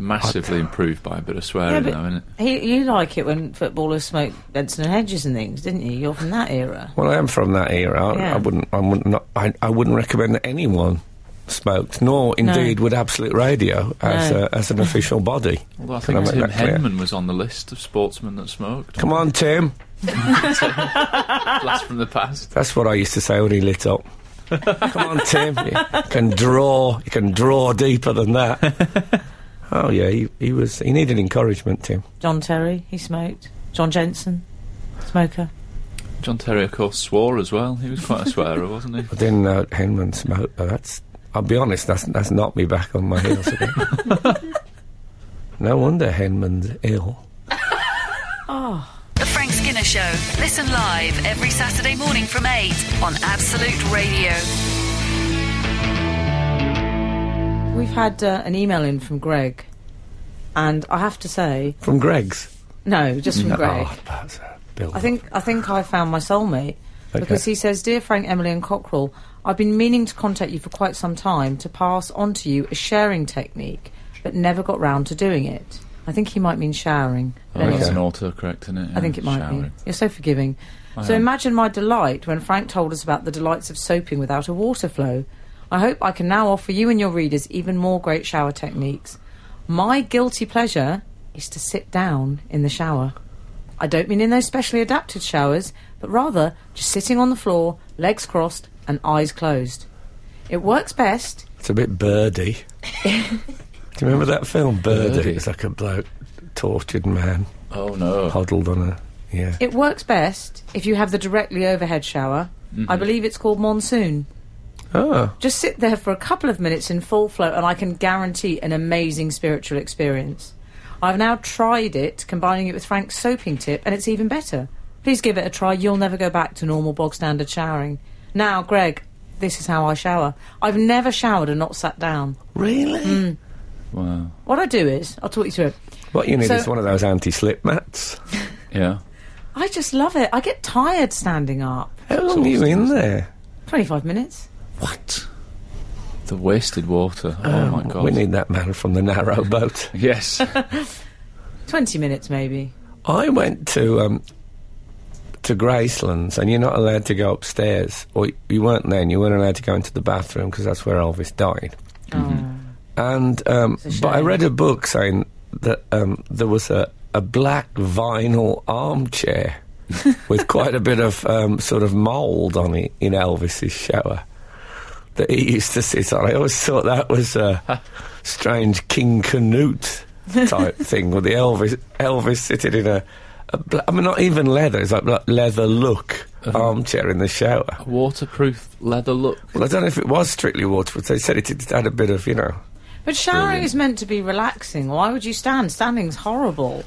Massively improved by a bit of swearing,
Yeah, but-
though, isn't it?
He, you like it when footballers smoked Benson and Hedges and things, didn't you? You're from that era.
Well, I am from that era. I,
Yeah.
I wouldn't. I wouldn't. Not, I, I wouldn't recommend that anyone smoked, nor indeed would Absolute Radio as
No.
a, as an official body.
Although I
Can I
think
make
Tim
that clear?
Henman was on the list of sportsmen that smoked.
Come on, Tim.
Blast from the past.
That's what I used to say when he lit up. Come on, Tim. You can draw. You can draw deeper than that. Oh yeah, he, he was. He needed encouragement, Tim.
John Terry, he smoked. John Jensen, smoker.
John Terry, of course, swore as well. He was quite a swearer, wasn't he?
I didn't know uh, Henman smoked, but that's. I'll be honest. That's that's knocked me back on my heels a bit. No wonder Henman's ill.
The Frank Skinner Show. Listen live every Saturday morning from 8 on Absolute Radio.
We've had uh, an email in from Greg, and I have to say,
From Greg's.
no, just from Greg.
Oh, that's a build.
I think I think I found my soulmate
Okay.
because he says, "Dear Frank, Emily, and Cockrell, I've been meaning to contact you for quite some time to pass on to you a sharing technique, but never got round to doing it. I think he might mean showering.
Oh,
Anyway,
It's an autocorrect, isn't it?
I think
Yeah,
it might be.
showering.
You're so forgiving. so imagine my delight when Frank told us about the delights of soaping without a water flow. I hope I can now offer you and your readers even more great shower techniques. My guilty pleasure is to sit down in the shower. I don't mean in those specially adapted showers, but rather just sitting on the floor, legs crossed and eyes closed. It works best.
It's a bit birdy. Do you remember that film, Birdie?
Birdie.
It was like a bloke, tortured man,
Oh no.
huddled on a. Yeah.
It works best if you have the directly overhead shower. I believe it's called monsoon.
Oh.
Just sit there for a couple of minutes in full flow, and I can guarantee an amazing spiritual experience. I've now tried it, combining it with Frank's soaping tip, and it's even better. Please give it a try. You'll never go back to normal bog standard showering. Now, Greg, this is how I shower. I've never showered and not sat down.
Really?
Wow.
What I do is, I'll talk you through it.
What you need
So-
is one of those anti slip mats.
Yeah.
I just love it. I get tired standing up.
How long are you in there?
25 minutes.
What? The wasted water. oh my god.
We need that man from the narrow boat.
Yes.
20 minutes, maybe.
I went to um, to Graceland's, and you're not allowed to go upstairs, or you weren't then. You weren't allowed to go into the bathroom because that's where Elvis died.
Ah.
And um,
It's a
but I
shame.
read a book saying that um, there was a, a black vinyl armchair with quite a bit of um, sort of mould on it in Elvis's shower that he used to sit on. I always thought that was a strange King Canute type thing with the Elvis Elvis sitting in a, a bla- I mean not even leather. It's like like leather look
Uh-huh.
armchair in the shower.
Oh,
Waterproof leather look.
Well, I don't know if it was strictly waterproof. They said it did add a bit of you know.
But showering is meant to be relaxing. Why would you stand? Standing's horrible.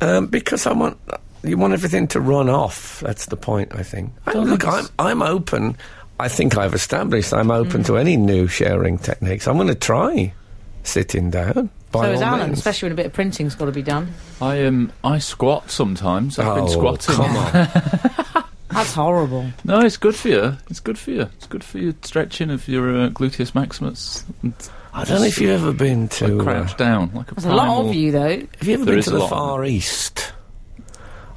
Um, because I want you want everything to run off. That's the point, I think. I, look, I'm I'm open. I think I've established I'm open
Mm.
to any new sharing techniques. I'm going to try sitting down. By
so is
all
Alan,
means.
especially when a bit of printing's got to be done.
I um I squat sometimes. I've
oh,
been squatting.
Come on.
That's horrible.
No, it's good for you. It's good for you. It's good for your stretching of your uh, gluteus maximus. And
I don't know if you've ever been to. uh,
crouch down like a
There's a lot
primal-
of you, though.
have you ever
There
been
is
to
a
the
lot.
Far East?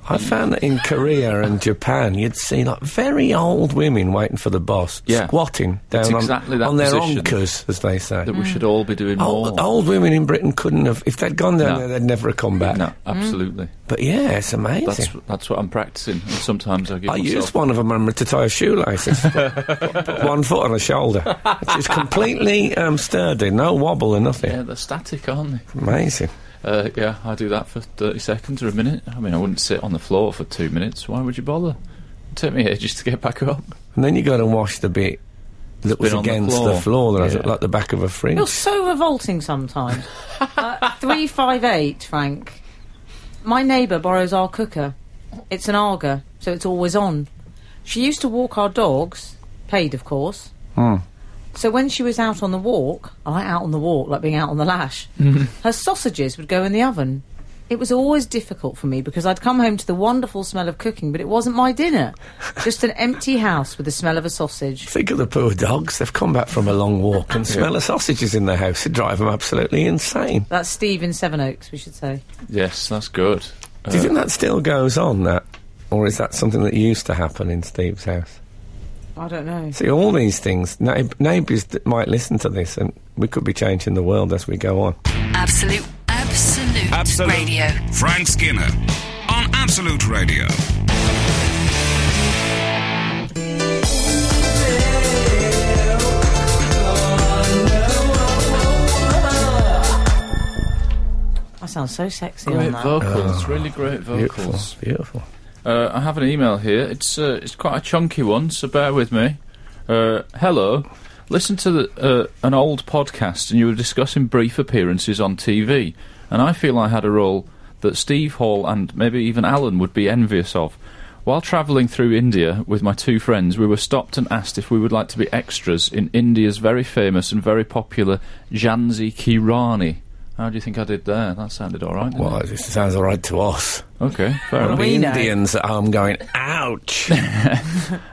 I found that in Korea and Japan, you'd see like very old women waiting for the boss,
Yeah.
squatting down
It's
on,
exactly that
on their
position.
onkers, as they say.
that
Mm.
we should all be doing more.
Old, old women in Britain couldn't have. If they'd gone down
Oh. No.
there, they'd never have come back.
No, absolutely.
But yeah, it's amazing.
That's that's what I'm practicing. And sometimes I give
I
myself.
used one of them remember, to tie a shoelace. It's put, put one foot on a shoulder. It's completely um, sturdy, no wobble or nothing.
Yeah, they're static, aren't they?
Amazing.
Uh, yeah, I do that for 30 seconds or a minute. I mean, I wouldn't sit on the floor for two minutes. Why would you bother? It took me ages to get back up.
And then you go and wash the bit that was
been on the
against the floor,
floor.
that has,
Yeah.
like the back of a fridge.
You're so revolting sometimes. uh, 358, Frank. My neighbour borrows our cooker. It's an Arga, so it's always on. She used to walk our dogs, paid, of course. So when she was out on the walk, I like out on the walk, like being out on the lash, her sausages would go in the oven. It was always difficult for me because I'd come home to the wonderful smell of cooking, but it wasn't my dinner. Just an empty house with the smell of a sausage.
Think of the poor dogs. They've come back from a long walk and smell of sausages in their house. It drive them absolutely insane.
That's Steve in Sevenoaks, we should say.
Yes, that's good.
Do you
Uh,
think that still goes on, that? Or is that something that used to happen in Steve's house?
I don't know.
See, all these things, neigh- neighbours that might listen to this, and we could be changing the world as we go on.
Absolute, absolute,
Absolute.
radio.
Frank Skinner on Absolute Radio.
I sound so sexy
Great
on that.
vocals, really great
Oh, Beautiful,
vocals.
beautiful.
Uh, I have an email here. It's uh, it's quite a chunky one, so bear with me. Uh, hello. listen to the, uh, an old podcast and you were discussing brief appearances on TV. And I feel I had a role that Steve Hall and maybe even Alan would be envious of. While travelling through India with my two friends, we were stopped and asked if we would like to be extras in India's very famous and very popular Janzi Ki Rani. How do you think I did there? That sounded all right. didn't
Well,
it?
it sounds all right to us.
Okay, fair enough.
The
We know.
Indians at home going, ouch.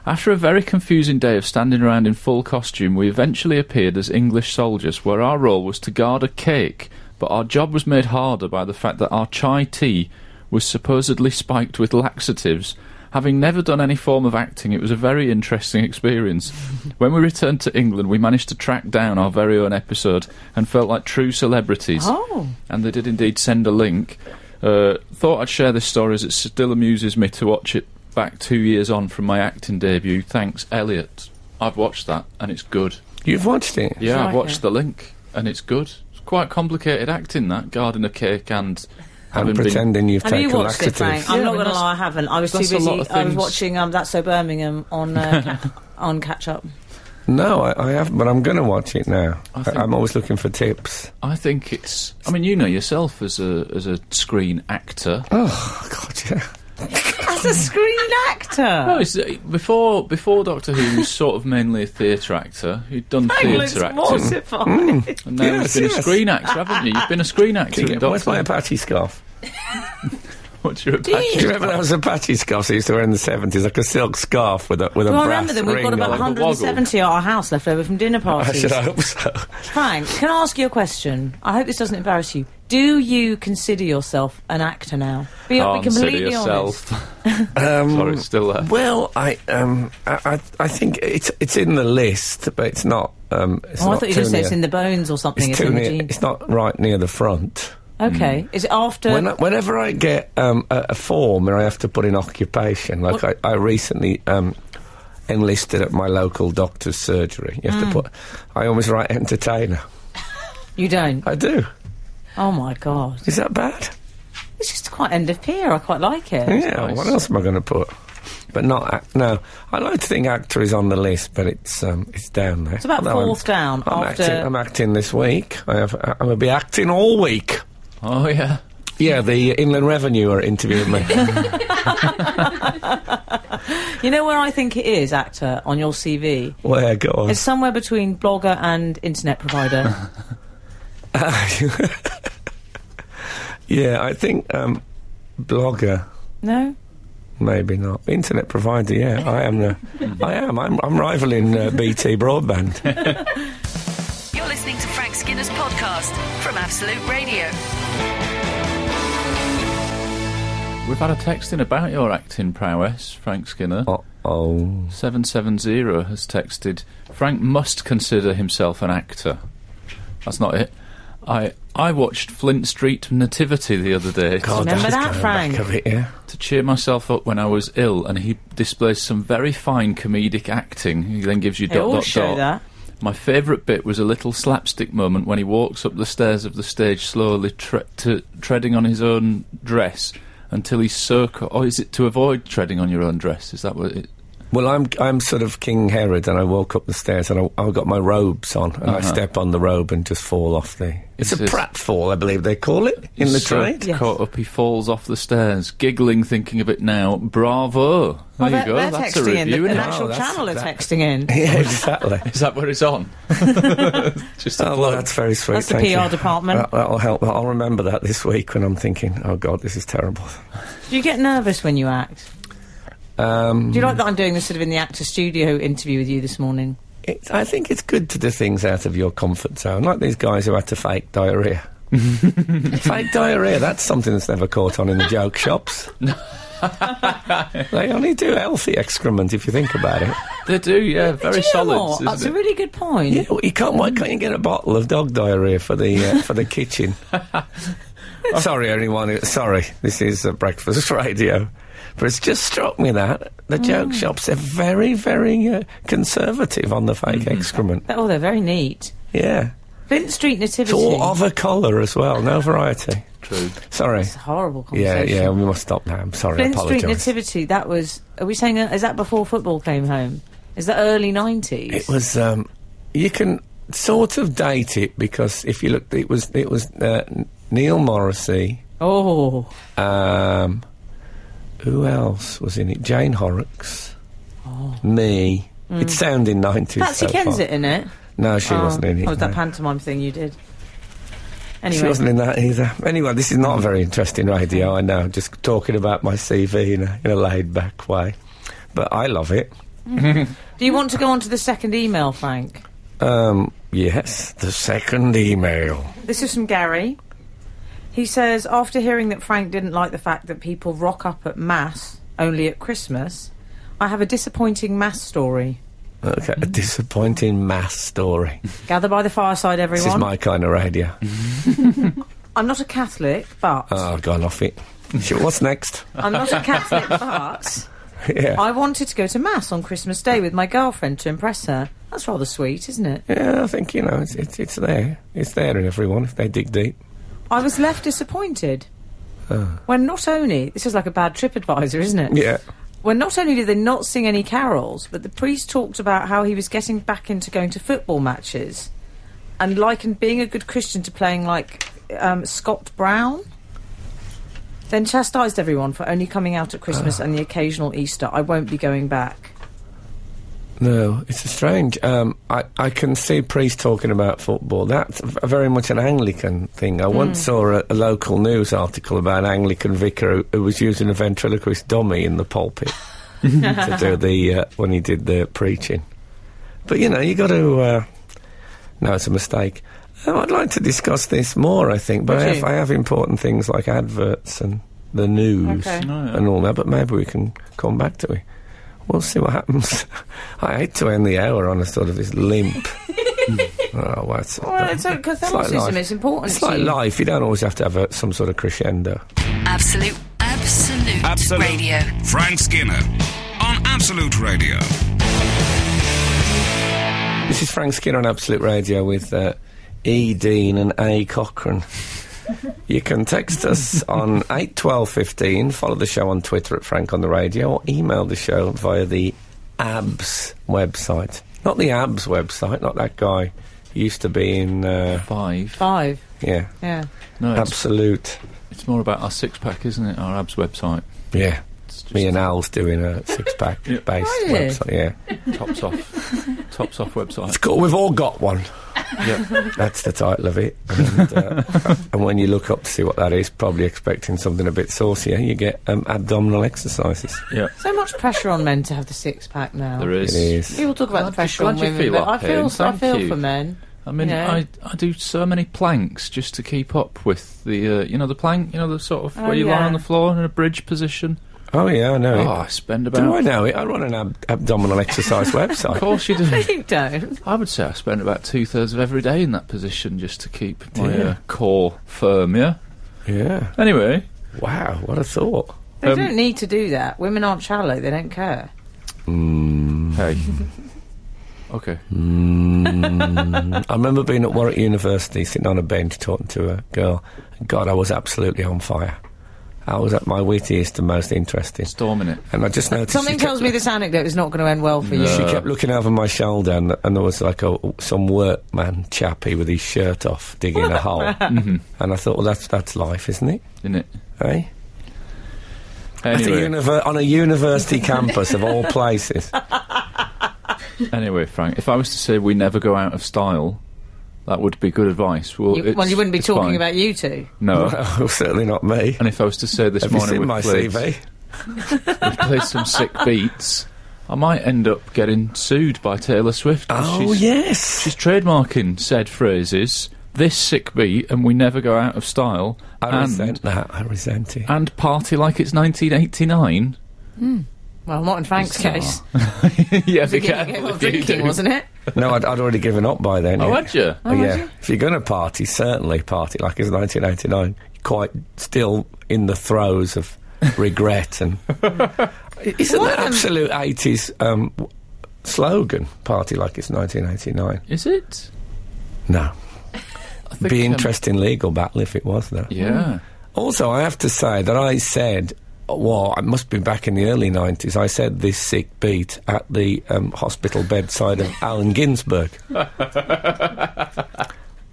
After a very confusing day of standing around in full costume, we eventually appeared as English soldiers, where our role was to guard a cake, but our job was made harder by the fact that our chai tea was supposedly spiked with laxatives. Having never done any form of acting, it was a very interesting experience. when we returned to England, we managed to track down our very own episode and felt like true celebrities.
Oh.
And they did indeed send a link. Uh, thought I'd share this story as it still amuses me to watch it back two years on from my acting debut. Thanks, Elliot. I've watched that and it's good.
You've watched it?
Yeah,
Right,
I've watched
yeah.
the link and it's good. It's quite complicated acting that, guarding a cake and having
I'm
been-
pretending you've
Have
taken
you watched it,
laxatives.
Frank? I'm
Yeah,
not
but
going to
that's-
lie, I haven't. I was too
that's a
busy.
lot of
I was
things.
watching um, That's So Birmingham on uh, ca- on catch up.
No, I, I haven't, but I'm going to watch it now.
I
I
think-
I'm always looking for tips.
I think it's. I mean, you know yourself as a as a screen actor.
Oh, God, yeah.
As a screen
No,
Oh,
actor,
it's, uh, before before Doctor Who, he was sort of mainly a theatre actor. He'd done
I was
theatre acting,
mortified.
and now
Yes,
he's been a
yes.
screen actor, haven't you? You've been a screen actor.
Can you
in
get- Where's
Doctor
my
Who.
Apache scarf?
What's your
you?
opinion?
Do you remember those Apache scarves I used to wear in the 70s? Like a silk scarf with a, with a
Well, I
brass
remember them. We've
ring
got about
on it.
woggle.
170 at our house left over from dinner
I
parties.
should hope so.
Frank, can I ask you a question? I hope this doesn't embarrass you. Do you consider yof an actor now? Be,
Oh,
be
consider
completely honest.
yourself. Sorry, it's still there.
Well, I, um, I, I, I think it's it's in the list, but it's not. Um, it's
Oh,
not
I thought you
too
just said it's
near-
in the bones or something.
It's,
It's,
too
in the
near-
genes.
it's not right near the front.
Okay. Is it after?
When, whenever I get um, a, a form where I have to put in occupation, like I, I recently um, enlisted at my local doctor's surgery, you have
Mm.
to put. I always write entertainer.
you don't.
I do.
Oh my god.
Is that bad?
It's just quite end of peer. I quite like it.
Yeah.
nice.
What else am I going to put? But not act- no. I like to think actor is on the list, but it's um, it's down there.
It's about
Although I'm-
fourth down
I'm
after-
acting. I'm acting this week. I have. I'm going to be acting all week.
Oh yeah.
Yeah, the Inland Revenue are interviewing me.
You know where I think it is, actor, on your CV?
Where? Go on.
It's somewhere between blogger and internet provider.
yeah, I think um, blogger.
no?
Maybe not internet provider. Yeah, I am. The, I am. I'm, I'm rivaling uh, BT broadband.
You're listening to Frank Skinner's podcast from Absolute Radio.
We've had a text in about your acting prowess, Frank Skinner.
Uh oh.
770 has texted Frank must consider himself an actor. That's not it. I I watched Flint Street Nativity the other day
God,
Remember
is
that,
going
Frank?
Back of it, yeah.
to cheer myself up when I was ill, and he displays some very fine comedic acting. He then gives you
It
dot
will
dot
show
dot.
that.
My favourite bit was a little slapstick moment when he walks up the stairs of the stage slowly, tre- to, treading on his own dress until he's so. Co- oh, is it to avoid treading on your own dress? Is that what it?
Well, I'm I'm sort of King Herod, and I walk up the stairs, and I, I've got my robes on,
Uh-huh.
and I step on the robe and just fall off the. It's a
It's-
pratfall, I believe they call it in the
He's so
trade.
Yes.
Caught up, he falls off the stairs, giggling, thinking of it now. Bravo! There
Oh,
you
they're,
go.
they're
That's a
texting in.
review.
The- An
innit?
actual
Oh, that's-
channel are
that-
texting in.
Yeah, exactly.
Is that where it's on? Just a
Oh, well, that's very sweet.
That's the
thank you.
PR department.
That, that'll help. I'll remember that this week when I'm thinking, oh, God, this is terrible.
Do you get nervous when you act?
Um,
Do you like that I'm doing this sort of in the actor studio interview with you this morning?
it, I think it's good to do things out of your comfort zone, like these guys who had to fake diarrhea. fake diarrhea, that's something that's never caught on in the joke shops. they only do healthy excrement if you think about it.
They do, yeah. Very
Do you know what?
solid.
That's
Isn't
a
it?
really good point.
Yeah, well, you can't. Why can't you get a bottle of dog diarrhea for the uh, for the kitchen? sorry, everyone. who- Sorry, this is uh, breakfast radio, but it's just struck me that the
Mm.
joke shops are very, very uh, conservative on the fake excrement.
Oh, they're very neat.
Yeah,
Flint Street
it's
Nativity.
all of a colour as well. No variety.
True.
Sorry.
It's a horrible
Yeah,
conversation.
yeah. We must stop now. I'm sorry. I
Flint Street
apologise.
Nativity, that was. Are we saying. uh, Is that before football came home? Is that early 90s?
It was. Um, you can sort of date it because if you look, it was it was uh, N- Neil Morrissey.
Oh,
Um, who else was in it? Jane Horrocks. Me. It's sounding 90s.
Oh. Hmm. Patsy
so
Ken's
far.
it in it.
No, she wasn't in it.
Oh, was that
no.
pantomime thing you did? Anyway,
She wasn't in that either. Anyway, this is not very interesting radio, I know. Just talking about my CV in a, in a laid back way. But I love it.
do you want to go on to the second email, Frank?
Um, yes, the second email.
This is from Gary. He says after hearing that Frank didn't like the fact that people rock up at mass only at Christmas, I have a disappointing mass story.
Okay, a disappointing mass story.
Gather by Mm-hmm. the Mm-hmm. fireside,
This is
everyone.
my kind of radio.
I'm not a Catholic, but
Oh, I've gone off it. Sure, what's next?
I'm not a Catholic, but
Yeah.
I wanted to go to mass on Christmas Day with my girlfriend to impress her. That's rather sweet, isn't it?
yeah, I think, you know, it's, it's, it's there. It's there in everyone if they dig deep.
I was left disappointed. When not only this is like a bad trip advisor, isn't it?
Uh. Yeah.
When not only did they not sing any carols, but the priest talked about how he was getting back into going to football matches, and likened being a good Christian to playing like um, Scott Brown. Then chastised everyone for only coming out at
Ah.
Christmas and the occasional Easter. I won't be going back.
No, it's a strange. Um, I, I can see priests talking about football. That's v- very much an Anglican thing. I once
Hmm.
saw a, a local news article about an Anglican vicar who, who was using a ventriloquist dummy in the pulpit to do the uh, when he did the preaching. But you know, you got to. Uh, no, it's a mistake. Oh, I'd like to discuss this more. I think, but I
Would
have,
you?
I have important things like adverts and the news
Okay.
Oh, yeah.
and all that. But maybe we can come back to it. We'll see what happens. I hate to end the hour on a sort of this limp. oh, well, it's,
Well, it's like Catholicism,
life.
it's important
It's
to
like
you.
life. You don't always have to have a, some sort of crescendo.
Absolute, absolute,
Absolute.
radio.
Frank Skinner on Absolute Radio.
This is Frank Skinner on Absolute Radio with uh, E. Dean and A. Cochrane. you can text us on eight twelve fifteen. Follow the show on Twitter at Frank on the Radio, or email the show via the ABS website. Not the ABS website. Not that guy who used to be in. Uh,
Five.
Five,
yeah,
yeah.
No, it's,
absolute.
it's more about our six pack, isn't it? Our abs website.
Yeah.
It's just
Me and Al's doing a six pack based
Oh, yeah.
website. Yeah.
tops off. tops off website.
It's cool. We've all got one.
Yeah.
That's the title of it. And, uh, and when you look up to see what that is, probably expecting something a bit saucier, you get um, abdominal exercises.
yeah.
So much pressure on men to have the six pack now.
There is.
It is.
People talk about
Glad
the
you-
pressure
glad
on
you
women,
feel
but
that
I feel
pain.
so, I
Thank
feel
you.
for men.
I mean,
you know?
I, I do so many planks just to keep up with the, uh, you know, the plank, you know, the sort of
Oh,
where you lie
yeah.
on the floor in a bridge position.
Oh, yeah, I know
Oh,
it.
I
Do
spend
I
about.
know it? I run an ab- abdominal exercise
Of
website.
course you do.
you don't.
I would say I spend about two thirds of every day in that position just to keep my
Do you?
uh, core firm, yeah?
Yeah.
Anyway,
Wow, what a thought.
They
Um,
don't need to do that. Women aren't shallow. They don't care.
Hmm.
hey. okay.
I remember being at Warwick University, sitting on a bench talking to a girl. God, I was absolutely on fire. I was at my wittiest and most interesting.
Storming it.
And I just noticed.
Something
she kept-
tells me this anecdote is not going to end well for
She
you.
kept looking over my shoulder, and, and there was like a some workman chappy with his shirt off digging a hole. And I thought, well, that's that's life, isn't it?
In it.
Eh? At a
Anyway,
univer- on a university campus of all places.
anyway, Frank, if I was to say we never go out of style, that would be good advice. Well,
You, well,
it's-
you wouldn't be
it's
talking
fine.
about you two.
No.
Well, certainly not me.
And if I was to say this
Have you
morning
seen
we've
my
played,
CV?
we've played some sick beats, I might end up getting sued by Taylor Swift. 'cause
Oh
she's,
yes.
She's trademarking said phrases, this sick beat, and we never go out of style,
I
and,
resent that. I resent it.
and party like it's 1989.
Well, not in Frank's case.
yeah, be
Beginning
careful
of
if you
drinking,
do.
wasn't it?
No, I'd, I'd already given up by then.
Oh,
yeah.
had you?
Oh, yeah. If you're going to party, certainly party like it's 1989. Quite still in the throes of regret and isn't
One
that
of them-
absolute 80s um, w- slogan? Party like it's 1989.
Is it?
No,
I think,
be
um,
Hmm.
interesting legal battle if it was though.
Yeah.
Also, I have to say that I said well, I must have been back in the early 90s. I said this sick beat at the um, hospital bedside of Allen Ginsberg.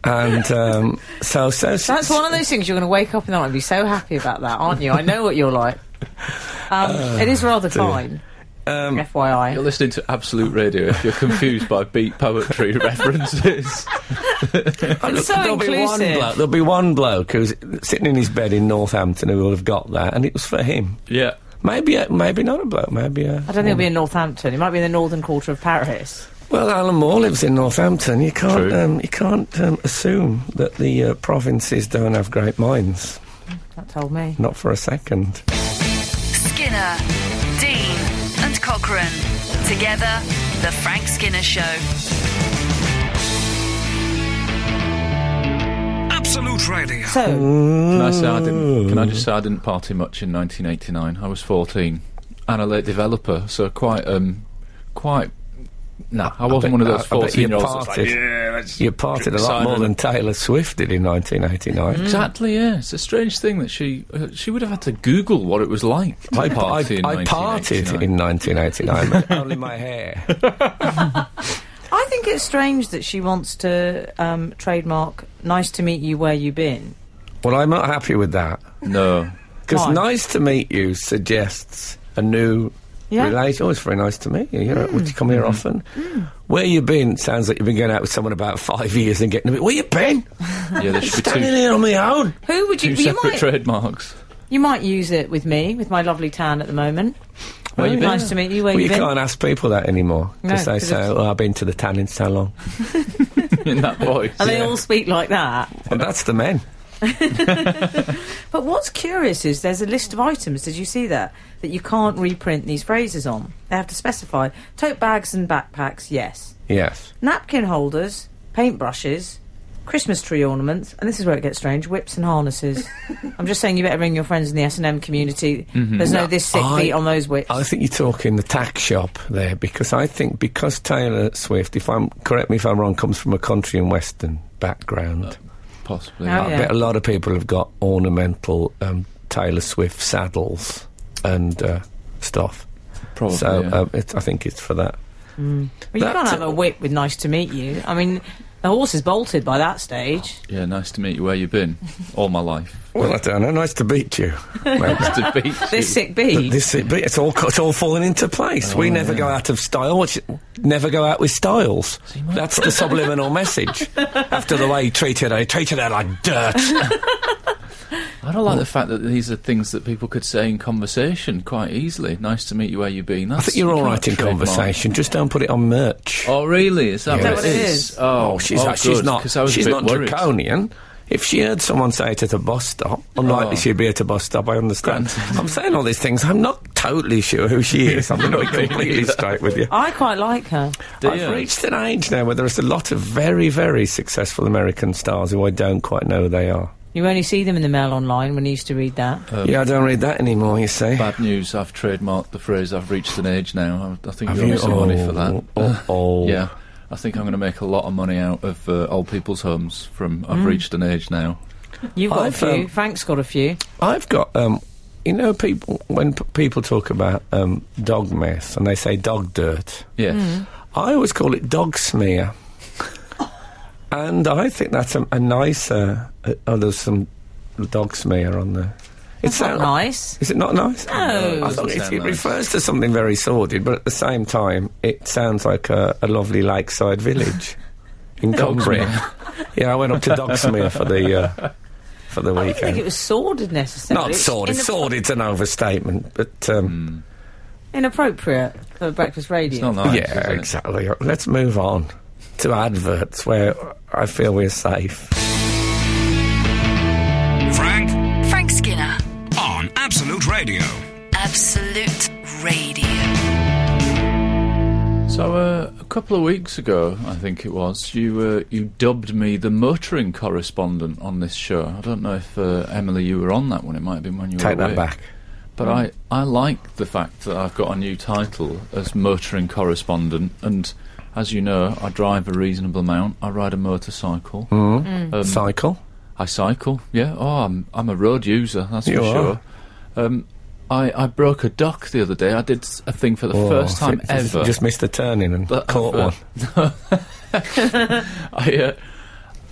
and um, so, so
That's one of those things you're going to wake up in the night and be so happy about that, aren't you? I know what you're like. Um, it is rather
Oh,
fine,
Um,
You're
FYI.
listening to Absolute Radio if you're confused by beat poetry references.
It's so
uh, there'll be one
inclusive.
bloke. There'll be one bloke who's sitting in his bed in Northampton who will have got that, and it was for him.
yeah.
Maybe, a, maybe not a bloke. Maybe uh, a.
I don't think it'll be in Northampton. It might be in the northern quarter of Paris.
Well, Alan Moore lives in Northampton. You can't,
True.
um, you can't um, assume that the uh, provinces don't have great minds.
That told me.
Not for a second.
Skinner, Dean, and Cochrane. Together, The Frank Skinner Show.
Absolute Radio.
So,
Can I, say I didn't, can I
Mm.
just say I didn't party much in 1989? I was 14 and a late developer, so quite, um, quite. No, I wasn't
bet-
one of
I-
those
I bet you
14 year olds.
partied. You parted a lot more than Taylor Swift did in
Mm.
1989.
Exactly, yeah. It's a strange thing that she uh, she would have had to Google what it was like to
I,
party in
I, I parted
1989.
in 1989, but only my hair.
I think it's strange that she wants to um, trademark "Nice to meet you, where you been."
Well, I'm not happy with that.
No.
Because
Why?
nice to meet you suggests a new
Yeah. Mm.
relation. Oh, it's very nice to meet you. You're, Would you come
Mm-hmm.
here often? Where you been? Sounds like you've been going out with someone about five years and getting a bit. Where you been?
Yeah, there should be
Standing
two,
here on my own.
Who would you?
two
You
separate
might,
trademarks.
you might use it with me, with my lovely tan at the moment. Mm.
Where you been?
Oh, Nice to meet you. Where
Well, you
you been?
can't ask people that anymore
No,
because they
'cause
say,
it's-
"Oh, I've been to the tanning salon."
in that voice.
And they all speak like that.
well, that's the men.
But what's curious is there's a list of items. Did you see that? That you can't reprint these phrases on. They have to specify tote bags and backpacks. Yes,
Yes.
napkin holders, paintbrushes, Christmas tree ornaments, and this is where it gets strange: whips and harnesses. I'm just saying, you better ring your friends in the S and M community. There's no, this sick
Mm-hmm. I-
beat on those whips.
I think you're talking the tack shop there because I think because Taylor Swift, if I'm correct me if I'm wrong, comes from a country and western background.
Possibly.
Oh,
I
yeah.
bet a lot of people have got ornamental um, Taylor Swift saddles and uh, stuff.
Probably.
so
Oh, yeah.
um, it, I think it's for that.
Well, you
That-
can't have a whip with nice to meet you. I mean, the horse is bolted by that stage.
Yeah, nice to meet you. Where you been? All my life.
Well, I don't know. Nice to meet you. Maybe.
Nice to meet you.
This sick beat.
this it- it's all co- it's all falling into place. we never go out of style. Which never go out with styles. That's the subliminal message. After the way he treated her, he treated her like dirt.
I don't like
Oh.
the fact that these are things that people could say in conversation quite easily. Nice to meet you. Where you been?
I
That's,
think you're
you
all
can't
right in
trademark.
conversation. Just don't put it on merch.
Oh, really? Is that,
Is that
what
what
it
it
is?
is?
Oh,
Oh, she's,
oh,
not, she's
good,
not.
'cause I was
She's
a bit
not
worried.
draconian. If she heard someone say it at a bus stop, unlikely
Oh.
she'd be at a bus stop. I understand. I'm saying all these things. I'm not totally sure who she is. I'm going to be completely straight with you.
I quite like her.
Do
I've
you?
reached an age now where there's a lot of very, very successful American stars who I don't quite know who they are.
You only see them in the mail online when you used to read that.
Um,
yeah, I don't read that anymore. You see.
Bad news. I've trademarked the phrase. I've reached an age now. I, I think
Have
you're
you-
some money for that.
Oh, oh, oh.
Yeah. I think I'm going to make a lot of money out of uh, old people's homes from
Mm.
I've reached an age now.
You've got
I've,
a few.
um,
Frank's got a few.
I've got, um, you know, people when p- people talk about um, dog mess and they say dog dirt.
Yes.
Mm. I always call it dog smear. and I think that's a, a nicer. Uh, oh, there's some dog smear on there. It's
That's not nice.
Is it not nice?
No.
I
Doesn't
thought it,
sound
it
nice.
refers to something very sordid, but at the same time, it sounds like a, a lovely lakeside village in Cumbria. yeah, I went up to Dogsmere for the uh, for the
I don't think it
weekend.
was sordid necessarily.
Not
It's
sordid.
inap-
Sordid's an overstatement, but
Mm,
um,
Inappropriate for breakfast radio.
It's not nice. is
yeah,
it?
exactly. Let's move on to adverts where I feel we're safe.
Frank
Frank Skinner,
on Absolute Radio.
Absolute Radio.
So uh, a couple of weeks ago, I think it was, you uh, you dubbed me the motoring correspondent on this show. I don't know if uh, Emily, you were on that one. It might have been when you
Take
were
that
away.
back.
But I, I like the fact that I've got a new title as motoring correspondent, and as you know, I drive a reasonable amount. I ride a motorcycle.
Cycle.
Um, I cycle. Yeah. Oh, I'm I'm a road user. That's
You
for
are.
sure. Um, I, I broke a duck the other day. I did s- a thing for the
Oh,
first time
so- so- so
ever.
Just missed the turning and
that
caught one.
I've, uh, I,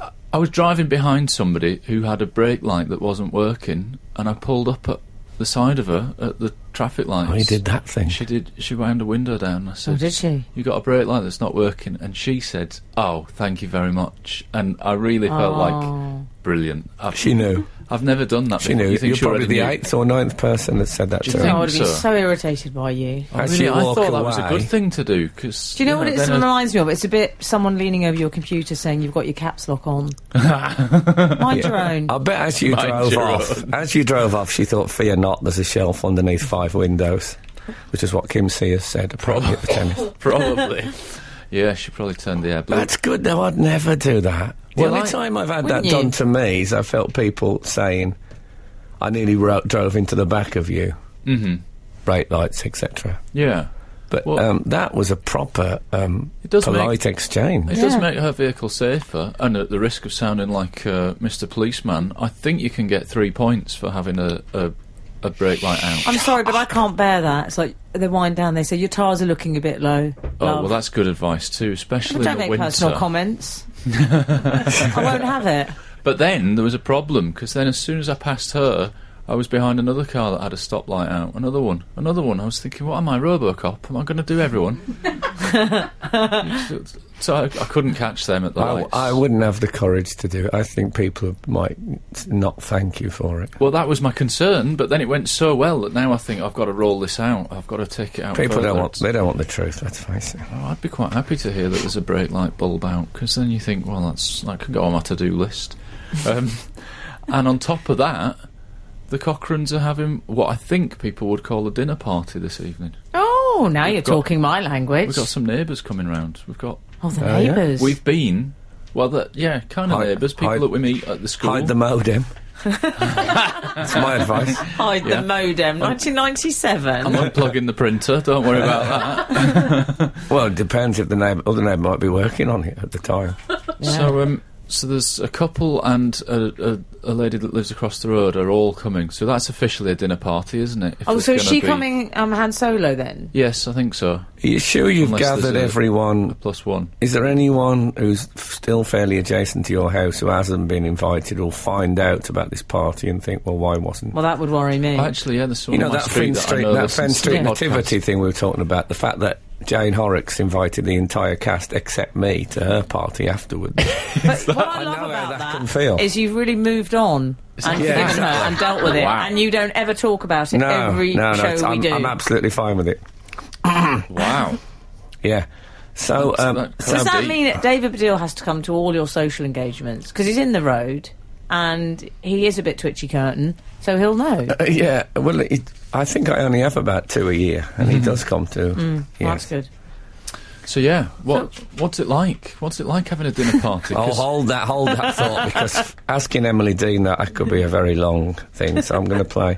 uh, I was driving behind somebody who had a brake light that wasn't working, and I pulled up at the side of her at the traffic lights.
Oh, you did that Oh, thing.
She did. She wound a window down. I said,
did she?
You got a brake light that's not working?" And she said, "Oh, thank you very much." And I really felt like brilliant. I've,
Oh. She knew.
I've never done that.
She
before.
knew.
You think
You're
she
probably
already
the
knew?
eighth or ninth person that said that
Do you
to
think-
I
me.
would have been
Sir.
so irritated by you.
I
As
really,
you
I
walk
thought that was a
away-
good thing to do because
Do you know what it sort of
then I-
reminds me of? It's a bit someone leaning over your computer saying you've got your caps lock on. Mind your own.
I bet as you
Mind
drove
your
off, as you drove off, she thought, "Fear not, there's a shelf underneath five windows," which is what Kim Sears said. Probably at the tennis.
Probably. yeah, she probably turned the air blue.
That's good though. I'd never do that. The
Well,
only
I-
time I've had that
Wouldn't you?
done to me is I felt people saying, "I nearly ro- drove into the back of you." Mm-hmm. Brake lights, etc.
yeah.
But
Well-
um, that was a proper um,
It does
polite
make-
exchange.
It does
Yeah.
make her vehicle safer, and at the risk of sounding like uh, Mr. Policeman, I think you can get three points for having a, a, a brake light out.
I'm sorry, but I can't bear that. It's like they wind down. They say your tires are looking a bit low.
Oh,
love."
well, that's good advice too, especially
don't
in the
make
winter.
personal comments. I won't have it.
But then there was a problem because then as soon as I passed her, I was behind another car that had a stoplight out, another one, another one. I was thinking, what am I, RoboCop? Am I going to do everyone? so I, I couldn't catch them at the
I,
lights.
I wouldn't have the courage to do it. I think people might not thank you for it.
Well, that was my concern, but then it went so well that now I think I've got to roll this out. I've got to take it out.
People don't
further.
want they don't want the truth. Let's face it.
Oh, I'd be quite happy to hear that there's a brake light bulb out because then you think, well, that's that could go on my to-do list. Um, and on top of that, the Cochranes are having what I think people would call a dinner party this evening.
Oh, now you're
got-
talking my language.
We've got some neighbours coming round. We've got
oh, the
Oh, yeah.
neighbours.
we've been well, that yeah, kind of
Hide-
neighbours, people
hide-
that we meet at the school.
Hide the modem. That's my advice.
Hide
yeah.
the modem. 1997.
I'm unplugging the printer. Don't worry about that.
Well, it depends if the neighbour, other neighbour might be working on it at the time.
So, um, so there's a couple and a, a, a lady that lives across the road are all coming. So that's officially a dinner party, isn't it? If
oh,
it's
so is
gonna
she
be-
coming um, Han Solo then?
Yes, I think so.
Are you sure you've
Unless there's
gathered
a-
everyone?
A plus one.
Is there anyone who's f- still fairly adjacent to your house who hasn't been invited or find out about this party and think, well, why wasn't?
Well, that would worry me.
Actually, yeah, there's
you
someone
know
on my
that
street
Fenn
that I
Street,
know
that
listens
Fenn
to
Street
the podcast.
nativity thing we were talking about. The fact that Jane Horrocks invited the entire cast except me to her party afterwards.
but what I
I
love
know how
about
that
that
can feel.
is you've really moved on and
Yeah,
forgiven her
exactly.
and dealt with it,
Wow.
and you don't ever talk about it
no,
every
no, no,
show
it's-
we
I'm,
do.
I'm absolutely fine with it.
Wow.
Yeah. So,
That's-
um,
that-
so
Does that
Indeed.
mean that David Baddiel has to come to all your social engagements because he's in the road and he is a bit twitchy curtain, so he'll know.
Uh, yeah, well, it, I think I only have about two a year, and he does come to.
That's
yes.
good.
So yeah, what what's it like? What's it like having a dinner party?
Oh,
'Cause
hold that, hold that thought, because asking Emily Dean that that could be a very long thing. So I'm going to play,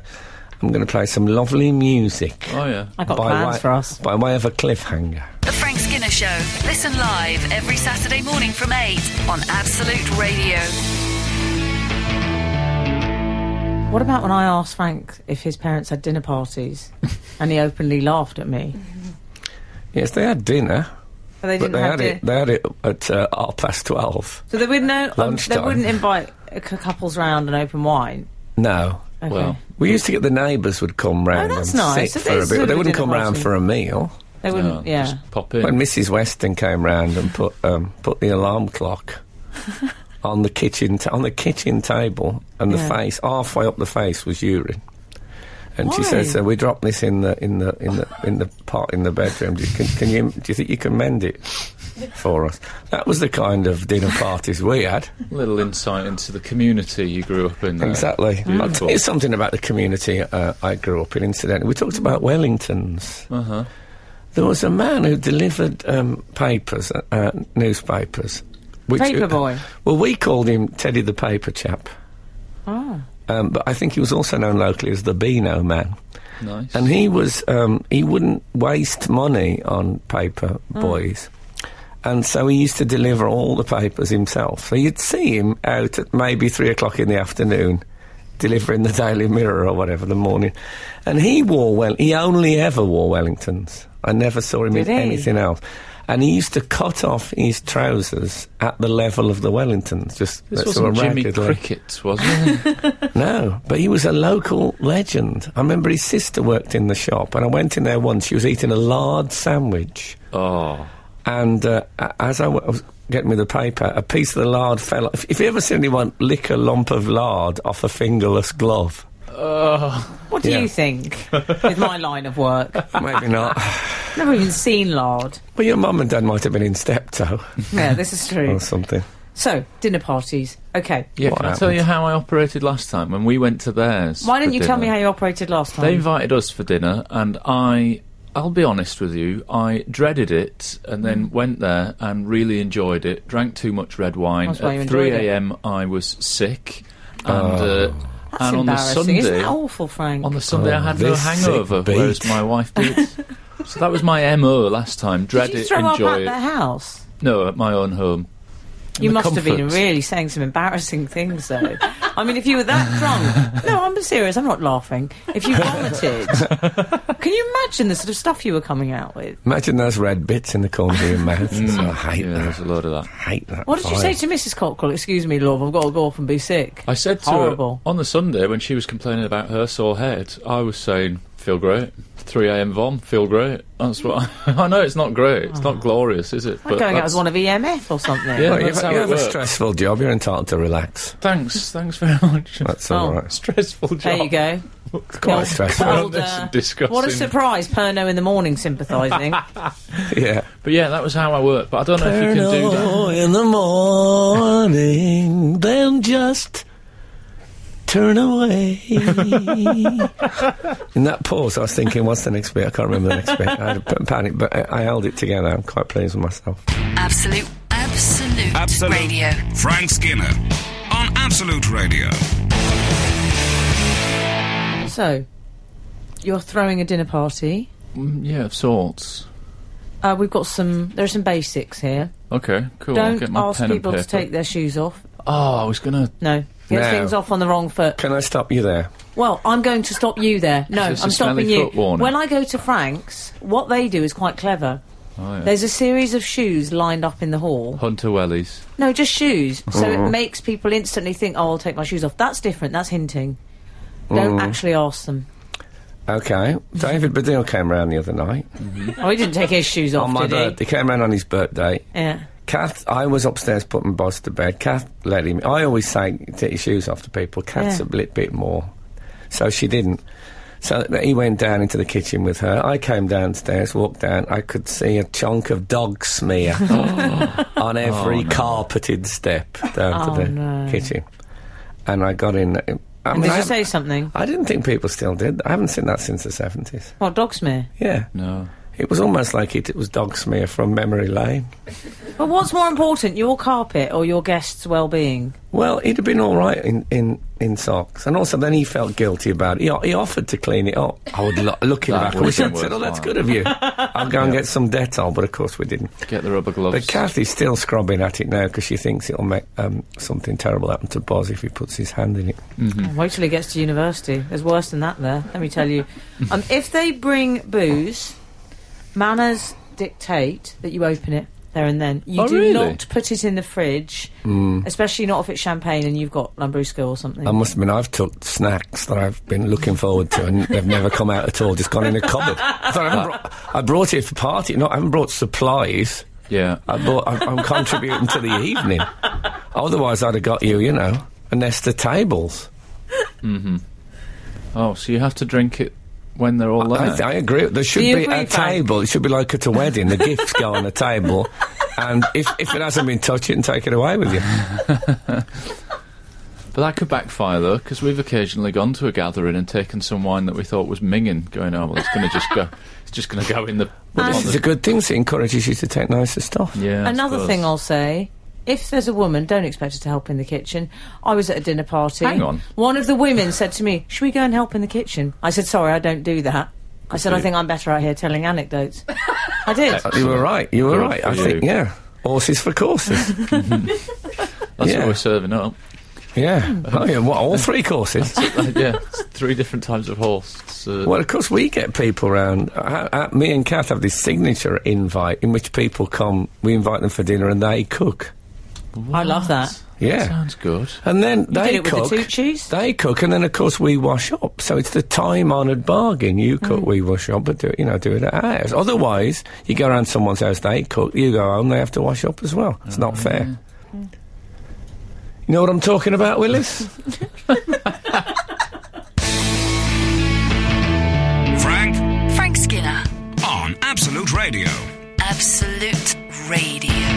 I'm going to play some lovely music
oh, yeah.
I got plans
way,
for us.
by way of a cliffhanger.
The Frank Skinner Show. Listen live every Saturday morning from 8 on Absolute Radio.
What about when I asked Frank if his parents had dinner parties and he openly laughed at me?
Yes, they had dinner,
But they
but
didn't
they
have
had
dinner.
it. They had it at uh, half past twelve.
So they wouldn't know, um, they
Lunchtime.
wouldn't invite a c- couples round and open wine.
No.
Okay.
Well,
We used to get the neighbours would come round
Oh, that's
and
nice.
sit
So
for a
this
bit,
would
but they
be
wouldn't
dinner
come round
party.
for a meal.
they wouldn't.
no,
yeah.
Just pop in.
When Mrs. Weston came round and put um, put the alarm clock on the kitchen t- on the kitchen table, and
Yeah.
the face halfway up the face was urine. And she said,
Why?
"So we dropped this in the in the in the in the pot in the bedroom. Do you, can, can you do you think you can mend it for us?" That was the kind of dinner parties we had.
Little insight into the community you grew up in. There.
Exactly. I'll
Beautiful.
tell you something about the community uh, I grew up in. Incidentally, we talked about Wellingtons.
Uh huh.
There was a man who delivered um, papers, uh, uh, newspapers. Which, uh,
Paper boy.
well, we called him Teddy the Paper Chap,
Oh.
um, but I think he was also known locally as the Beano Man.
Nice.
And he was um, he wouldn't waste money on paper
Mm.
boys. And so he used to deliver all the papers himself. So you'd see him out at maybe three o'clock in the afternoon delivering the Daily Mirror or whatever the morning, and he wore well. He only ever wore Wellingtons. I never saw him
Did
in
he?
anything else. And he used to cut off his trousers at the level of the Wellingtons. Just
This
sort
wasn't
of
Jimmy
raggedly.
Cricket, was it?
No, but he was a local legend. I remember his sister worked in the shop, and I went in there once. She was eating a lard sandwich,
oh.
and uh, a- as I wa- I was getting me the paper, a piece of the lard fell. Off. If, if you ever seen anyone lick a lump of lard off a fingerless glove,
What do
Yeah.
you think with my line of work?
maybe not.
Never even seen lard.
Well, your mum and dad might have been in steptoe
Yeah, this is true.
or something.
So, dinner parties. Okay.
Yeah,
What
can I tell
happened?
you how I operated last time when we went to theirs?
Why didn't you
for
tell me
dinner?
how you operated last
They
time?
invited us for dinner, and I. I'll be honest with you, I dreaded it and then
Mm.
went there and really enjoyed it. Drank too much red wine.
That's why you
At
enjoyed
3
it.
a.m., I was sick.
Oh.
And, uh,
That's
and on the
embarrassing.
Sunday.
Isn't that awful, Frank?
On the Sunday, I
Oh,
had no
this sick
hangover,
beat.
whereas my wife did. so that was my MO last time. Dread
Did you
it,
throw up
enjoy
at
it.
their house?
No, at my own home. In
You
the
must have been
comfort.
really saying some embarrassing things, though. I mean, if you were that drunk. No, I'm serious. I'm not laughing. If you vomited. can you imagine the sort of stuff you were coming out with?
Imagine those red bits in the corner of your mouth. Oh, I hate
Mm. Yeah, there's a
that.
load of that.
hate that.
What did you say
vibe.
to Mrs. Cockrell? Excuse me, love, I've got to go off and be sick.
I said to
Horrible.
her on the Sunday when she was complaining about her sore head, I was saying, "Feel great." 3 a.m. vom, feel great. That's what I, I know. It's not great. It's not glorious, is it?
I'm Oh. going out
that's-
as one of EMF or something.
Yeah,
Well, you
that's
have,
how
you
it
have a
works.
stressful job. You're entitled to relax.
Thanks, thanks very much.
That's
Oh.
all right.
stressful job.
There you go.
Quite stressful.
Well,
Cold,
this
uh,
is disgusting.
What a surprise, Perno in the morning sympathising.
Yeah.
But yeah, that was how I work. But I don't know if you can do that.
Turn in the morning, then just turn away. in that pause, I was thinking, what's the next bit? I can't remember the next bit. I had a p- panic, but I, I held it together. I'm quite pleased with myself.
Absolute, absolute,
Absolute.
radio.
Frank Skinner on Absolute Radio.
so, you're throwing a dinner party.
Mm, Yeah, of sorts.
Uh, we've got some. There are some basics here.
Okay, cool. I'll get
Don't
my
ask
pen and
people to
paper.
take their shoes off.
Oh, I was gonna.
No, get
No.
things off on the wrong foot.
Can I stop you there?
Well, I'm going to stop you there. No,
Is this
I'm
a smelly
stopping you.
foot warning?
When I go to Frank's, what they do is quite clever.
Oh, yeah.
There's a series of shoes lined up in the hall.
Hunter Wellies.
No, just shoes. So
Oh.
it makes people instantly think, "Oh, I'll take my shoes off." That's different. That's hinting.
Oh.
Don't actually ask them.
Okay. David Baddiel came round the other night.
Oh, he didn't take his shoes off,
on my
did
birthday. Came round on his birthday.
he? Yeah.
Kath, I was upstairs putting Boz to bed. Kath let him. I always say, take your shoes off to people. Kath's
Yeah.
a little bit more. So she didn't. So th- he went down into the kitchen with her. I came downstairs, walked down. I could see a chunk of dog smear on every carpeted step down
Oh,
to the
no.
kitchen. And I got in. I, mean,
Did
I,
you
haven't-
say something?
I didn't think people still did. I haven't seen that since the 70s.
What dog smear?
Yeah.
No.
It was almost like it, it was dog smear from memory lane.
But what's more important, your carpet or your guest's well-being?
Well, he'd have been all right in, in, in socks, and also then he felt guilty about it. He, he offered to clean it up. I would lo- looking
That
back, I
would
wish
have
I'd
been
said, "Oh, that's
worthwhile."
good of you." I'll go and get some Dettol, but of course we didn't.
Get the rubber gloves.
But Kathy's still scrubbing at it now because she thinks it'll make um, something terrible happen to Boz if he puts his hand in it.
Oh, Wait till he gets to university. There's worse than that there, let me tell you. um, if they bring booze, manners dictate that you open it there and then. You
Oh,
do
really?
not put it in the fridge,
Hmm.
especially not if it's champagne and you've got Lambrusco or something.
I must admit, I've took snacks that I've been looking forward to, and they've never come out at all. Just gone in a cupboard. So I, haven't brought, I brought it for party. No, I haven't brought supplies.
yeah.
I bought, I'm, I'm contributing to the evening. Otherwise, I'd have got you, you know, a nest of tables.
Oh, so you have to drink it when they're all there.
I, I agree. There should
you
be
agree,
a
Frank?
table. It should be like at a wedding. The gifts go on a table. And if, if it hasn't been touched, you can take it away with you.
but that could backfire though, because we've occasionally gone to a gathering and taken some wine that we thought was minging, going, "Oh, well, it's going to just go. It's just going to go in the."
Um,
on
It's
the
a good thing. 'cause It encourages you to take nicer stuff.
yeah. I
Another
suppose.
thing I'll say. If there's a woman, don't expect her to help in the kitchen. I was at a dinner party.
Hang on.
One of the women said to me, Should we go and help in the kitchen? I said, Sorry, I don't do that. I said, I
you.
think I'm better out here telling anecdotes. I did.
You were right. You were
Good
right.
for
I think,
you.
yeah. Horses for courses.
That's
Yeah.
what we're serving up.
Yeah. Oh, yeah. What, all three courses?
yeah, it's three different types of horse. It's, uh,
Well, of course, we get people round. Uh, uh, me and Kath have this signature invite in which people come, we invite them for dinner and they cook.
I love that.
Yeah.
sounds good.
And then they
did it with the
cook.
Tucci's?
They cook, and then of course we wash up. So it's the time-honoured bargain. You
Mm.
cook, we wash up, but do it, you know, do it at our house. Otherwise, you go around someone's house, they cook, you go home, they have to wash up as well. It's
Mm.
not fair. You know what I'm talking about, Willis?
Frank
Frank Skinner,
on Absolute Radio.
Absolute Radio.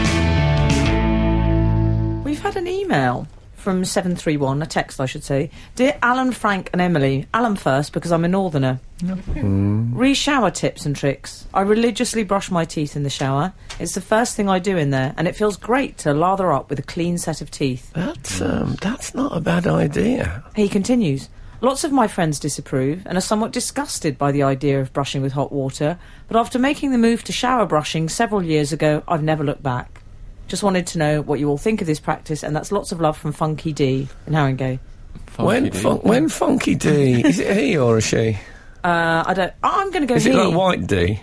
We've had an email from 731, a text, I should say. Dear Alan, Frank, and Emily, Alan first because I'm a northerner.
Mm-hmm.
Re shower tips and tricks. I religiously brush my teeth in the shower. It's the first thing I do in there, and it feels great to lather up with a clean set of teeth.
that's um, that's not a bad idea.
He continues. Lots of my friends disapprove and are somewhat disgusted by the idea of brushing with hot water, but after making the move to shower brushing several years ago, I've never looked back. Just wanted to know what you all think of this practice, and that's lots of love from Funky D in Haringey.
Funky
when
D.
fun- when Funky D is it he or a she?
Uh, I don't. I'm going to go.
Is it
he.
like White D?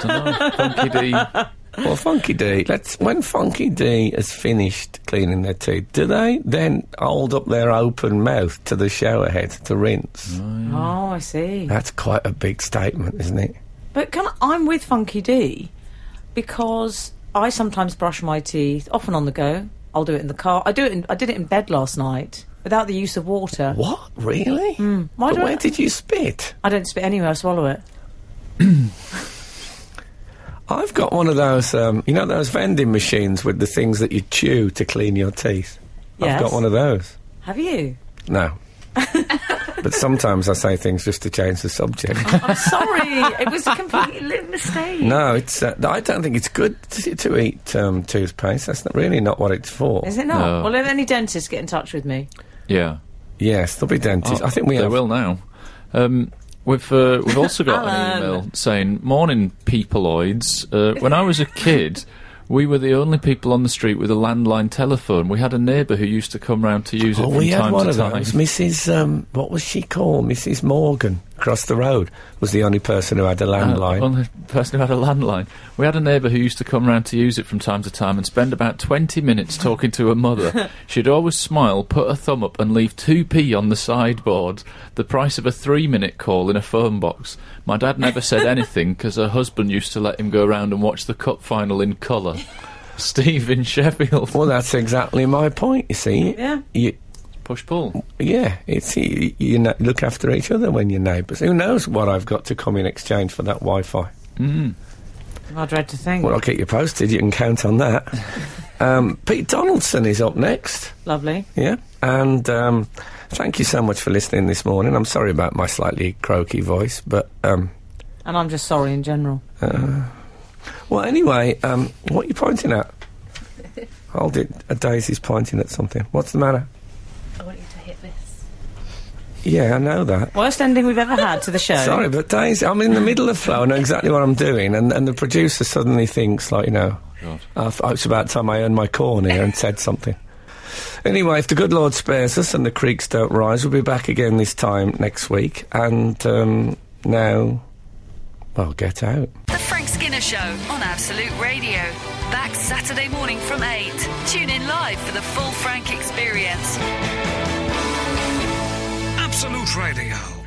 Dunno, Funky D.
Well, Funky D, let's when Funky D has finished cleaning their teeth, do they then hold up their open mouth to the shower head to rinse?
Oh, I see.
That's quite a big statement, isn't it?
But can I, I'm with Funky D because I sometimes brush my teeth, often on the go. I'll do it in the car. I do it. In, I did it in bed last night without the use of water.
What really? But
Why do Hmm. I-
where did you spit?
I don't spit anywhere. I swallow it.
I've got one of those, um, you know, those vending machines with the things that you chew to clean your teeth. I've
Yes.
got one of those.
Have you?
No. but sometimes I say things just to change the subject.
I'm sorry. it was a complete mistake.
No, it's. Uh, I don't think it's good to, to eat um, toothpaste. That's not, really not what it's for.
Is it not?
No.
Well, if any dentists get in touch with me,
Yeah.
Yes, there'll be dentists.
Oh,
I think we
they
have.
will now. Um, we've uh, we've also got an
Alan.
email saying, "Morning, peopleoids. Uh, when I was a kid." We were the only people on the street with a landline telephone. We had a neighbour who used to come round to use it
Oh,
from
we had
time
one
to
of
time.
those. Mrs. Um, what was she called? Mrs. Morgan across the road was the only person who had a
Uh,
landline.
only person who had a landline. We had a neighbour who used to come round to use it from time to time and spend about 20 minutes talking to her mother. She'd always smile, put her thumb up, and leave 2p on the sideboard, the price of a three minute call in a phone box. My dad never said anything because her husband used to let him go round and watch the cup final in colour. Steve in Sheffield.
well, that's exactly my point. You see,
Yeah.
you,
Push pull.
yeah, it's you, you kn- look after each other when you're neighbours. Who knows what I've got to come in exchange for that Wi-Fi?
I dread to think.
Well, I'll keep you posted. You can count on that. um, Pete Donaldson is up next.
Lovely.
Yeah. And um, thank you so much for listening this morning. I'm sorry about my slightly croaky voice, but um,
And I'm just sorry in general.
well, anyway, um, what are you pointing at? Hold it. A Daisy's pointing at something. What's the matter?
I want you to hit this.
Yeah, I know that.
Worst ending we've ever had to the show.
Sorry, but Daisy, I'm in the middle of flow. I know exactly what I'm doing, and, and the producer suddenly thinks like, you know,
God.
I th- it's about time I earned my corn here and said something. Anyway, if the good Lord spares us and the creeks don't rise, we'll be back again this time next week. And um, now, well, get out.
The Frank Skinner Show on Absolute Radio. Back Saturday morning from 8. Tune in live for the full Frank experience.
Absolute Radio.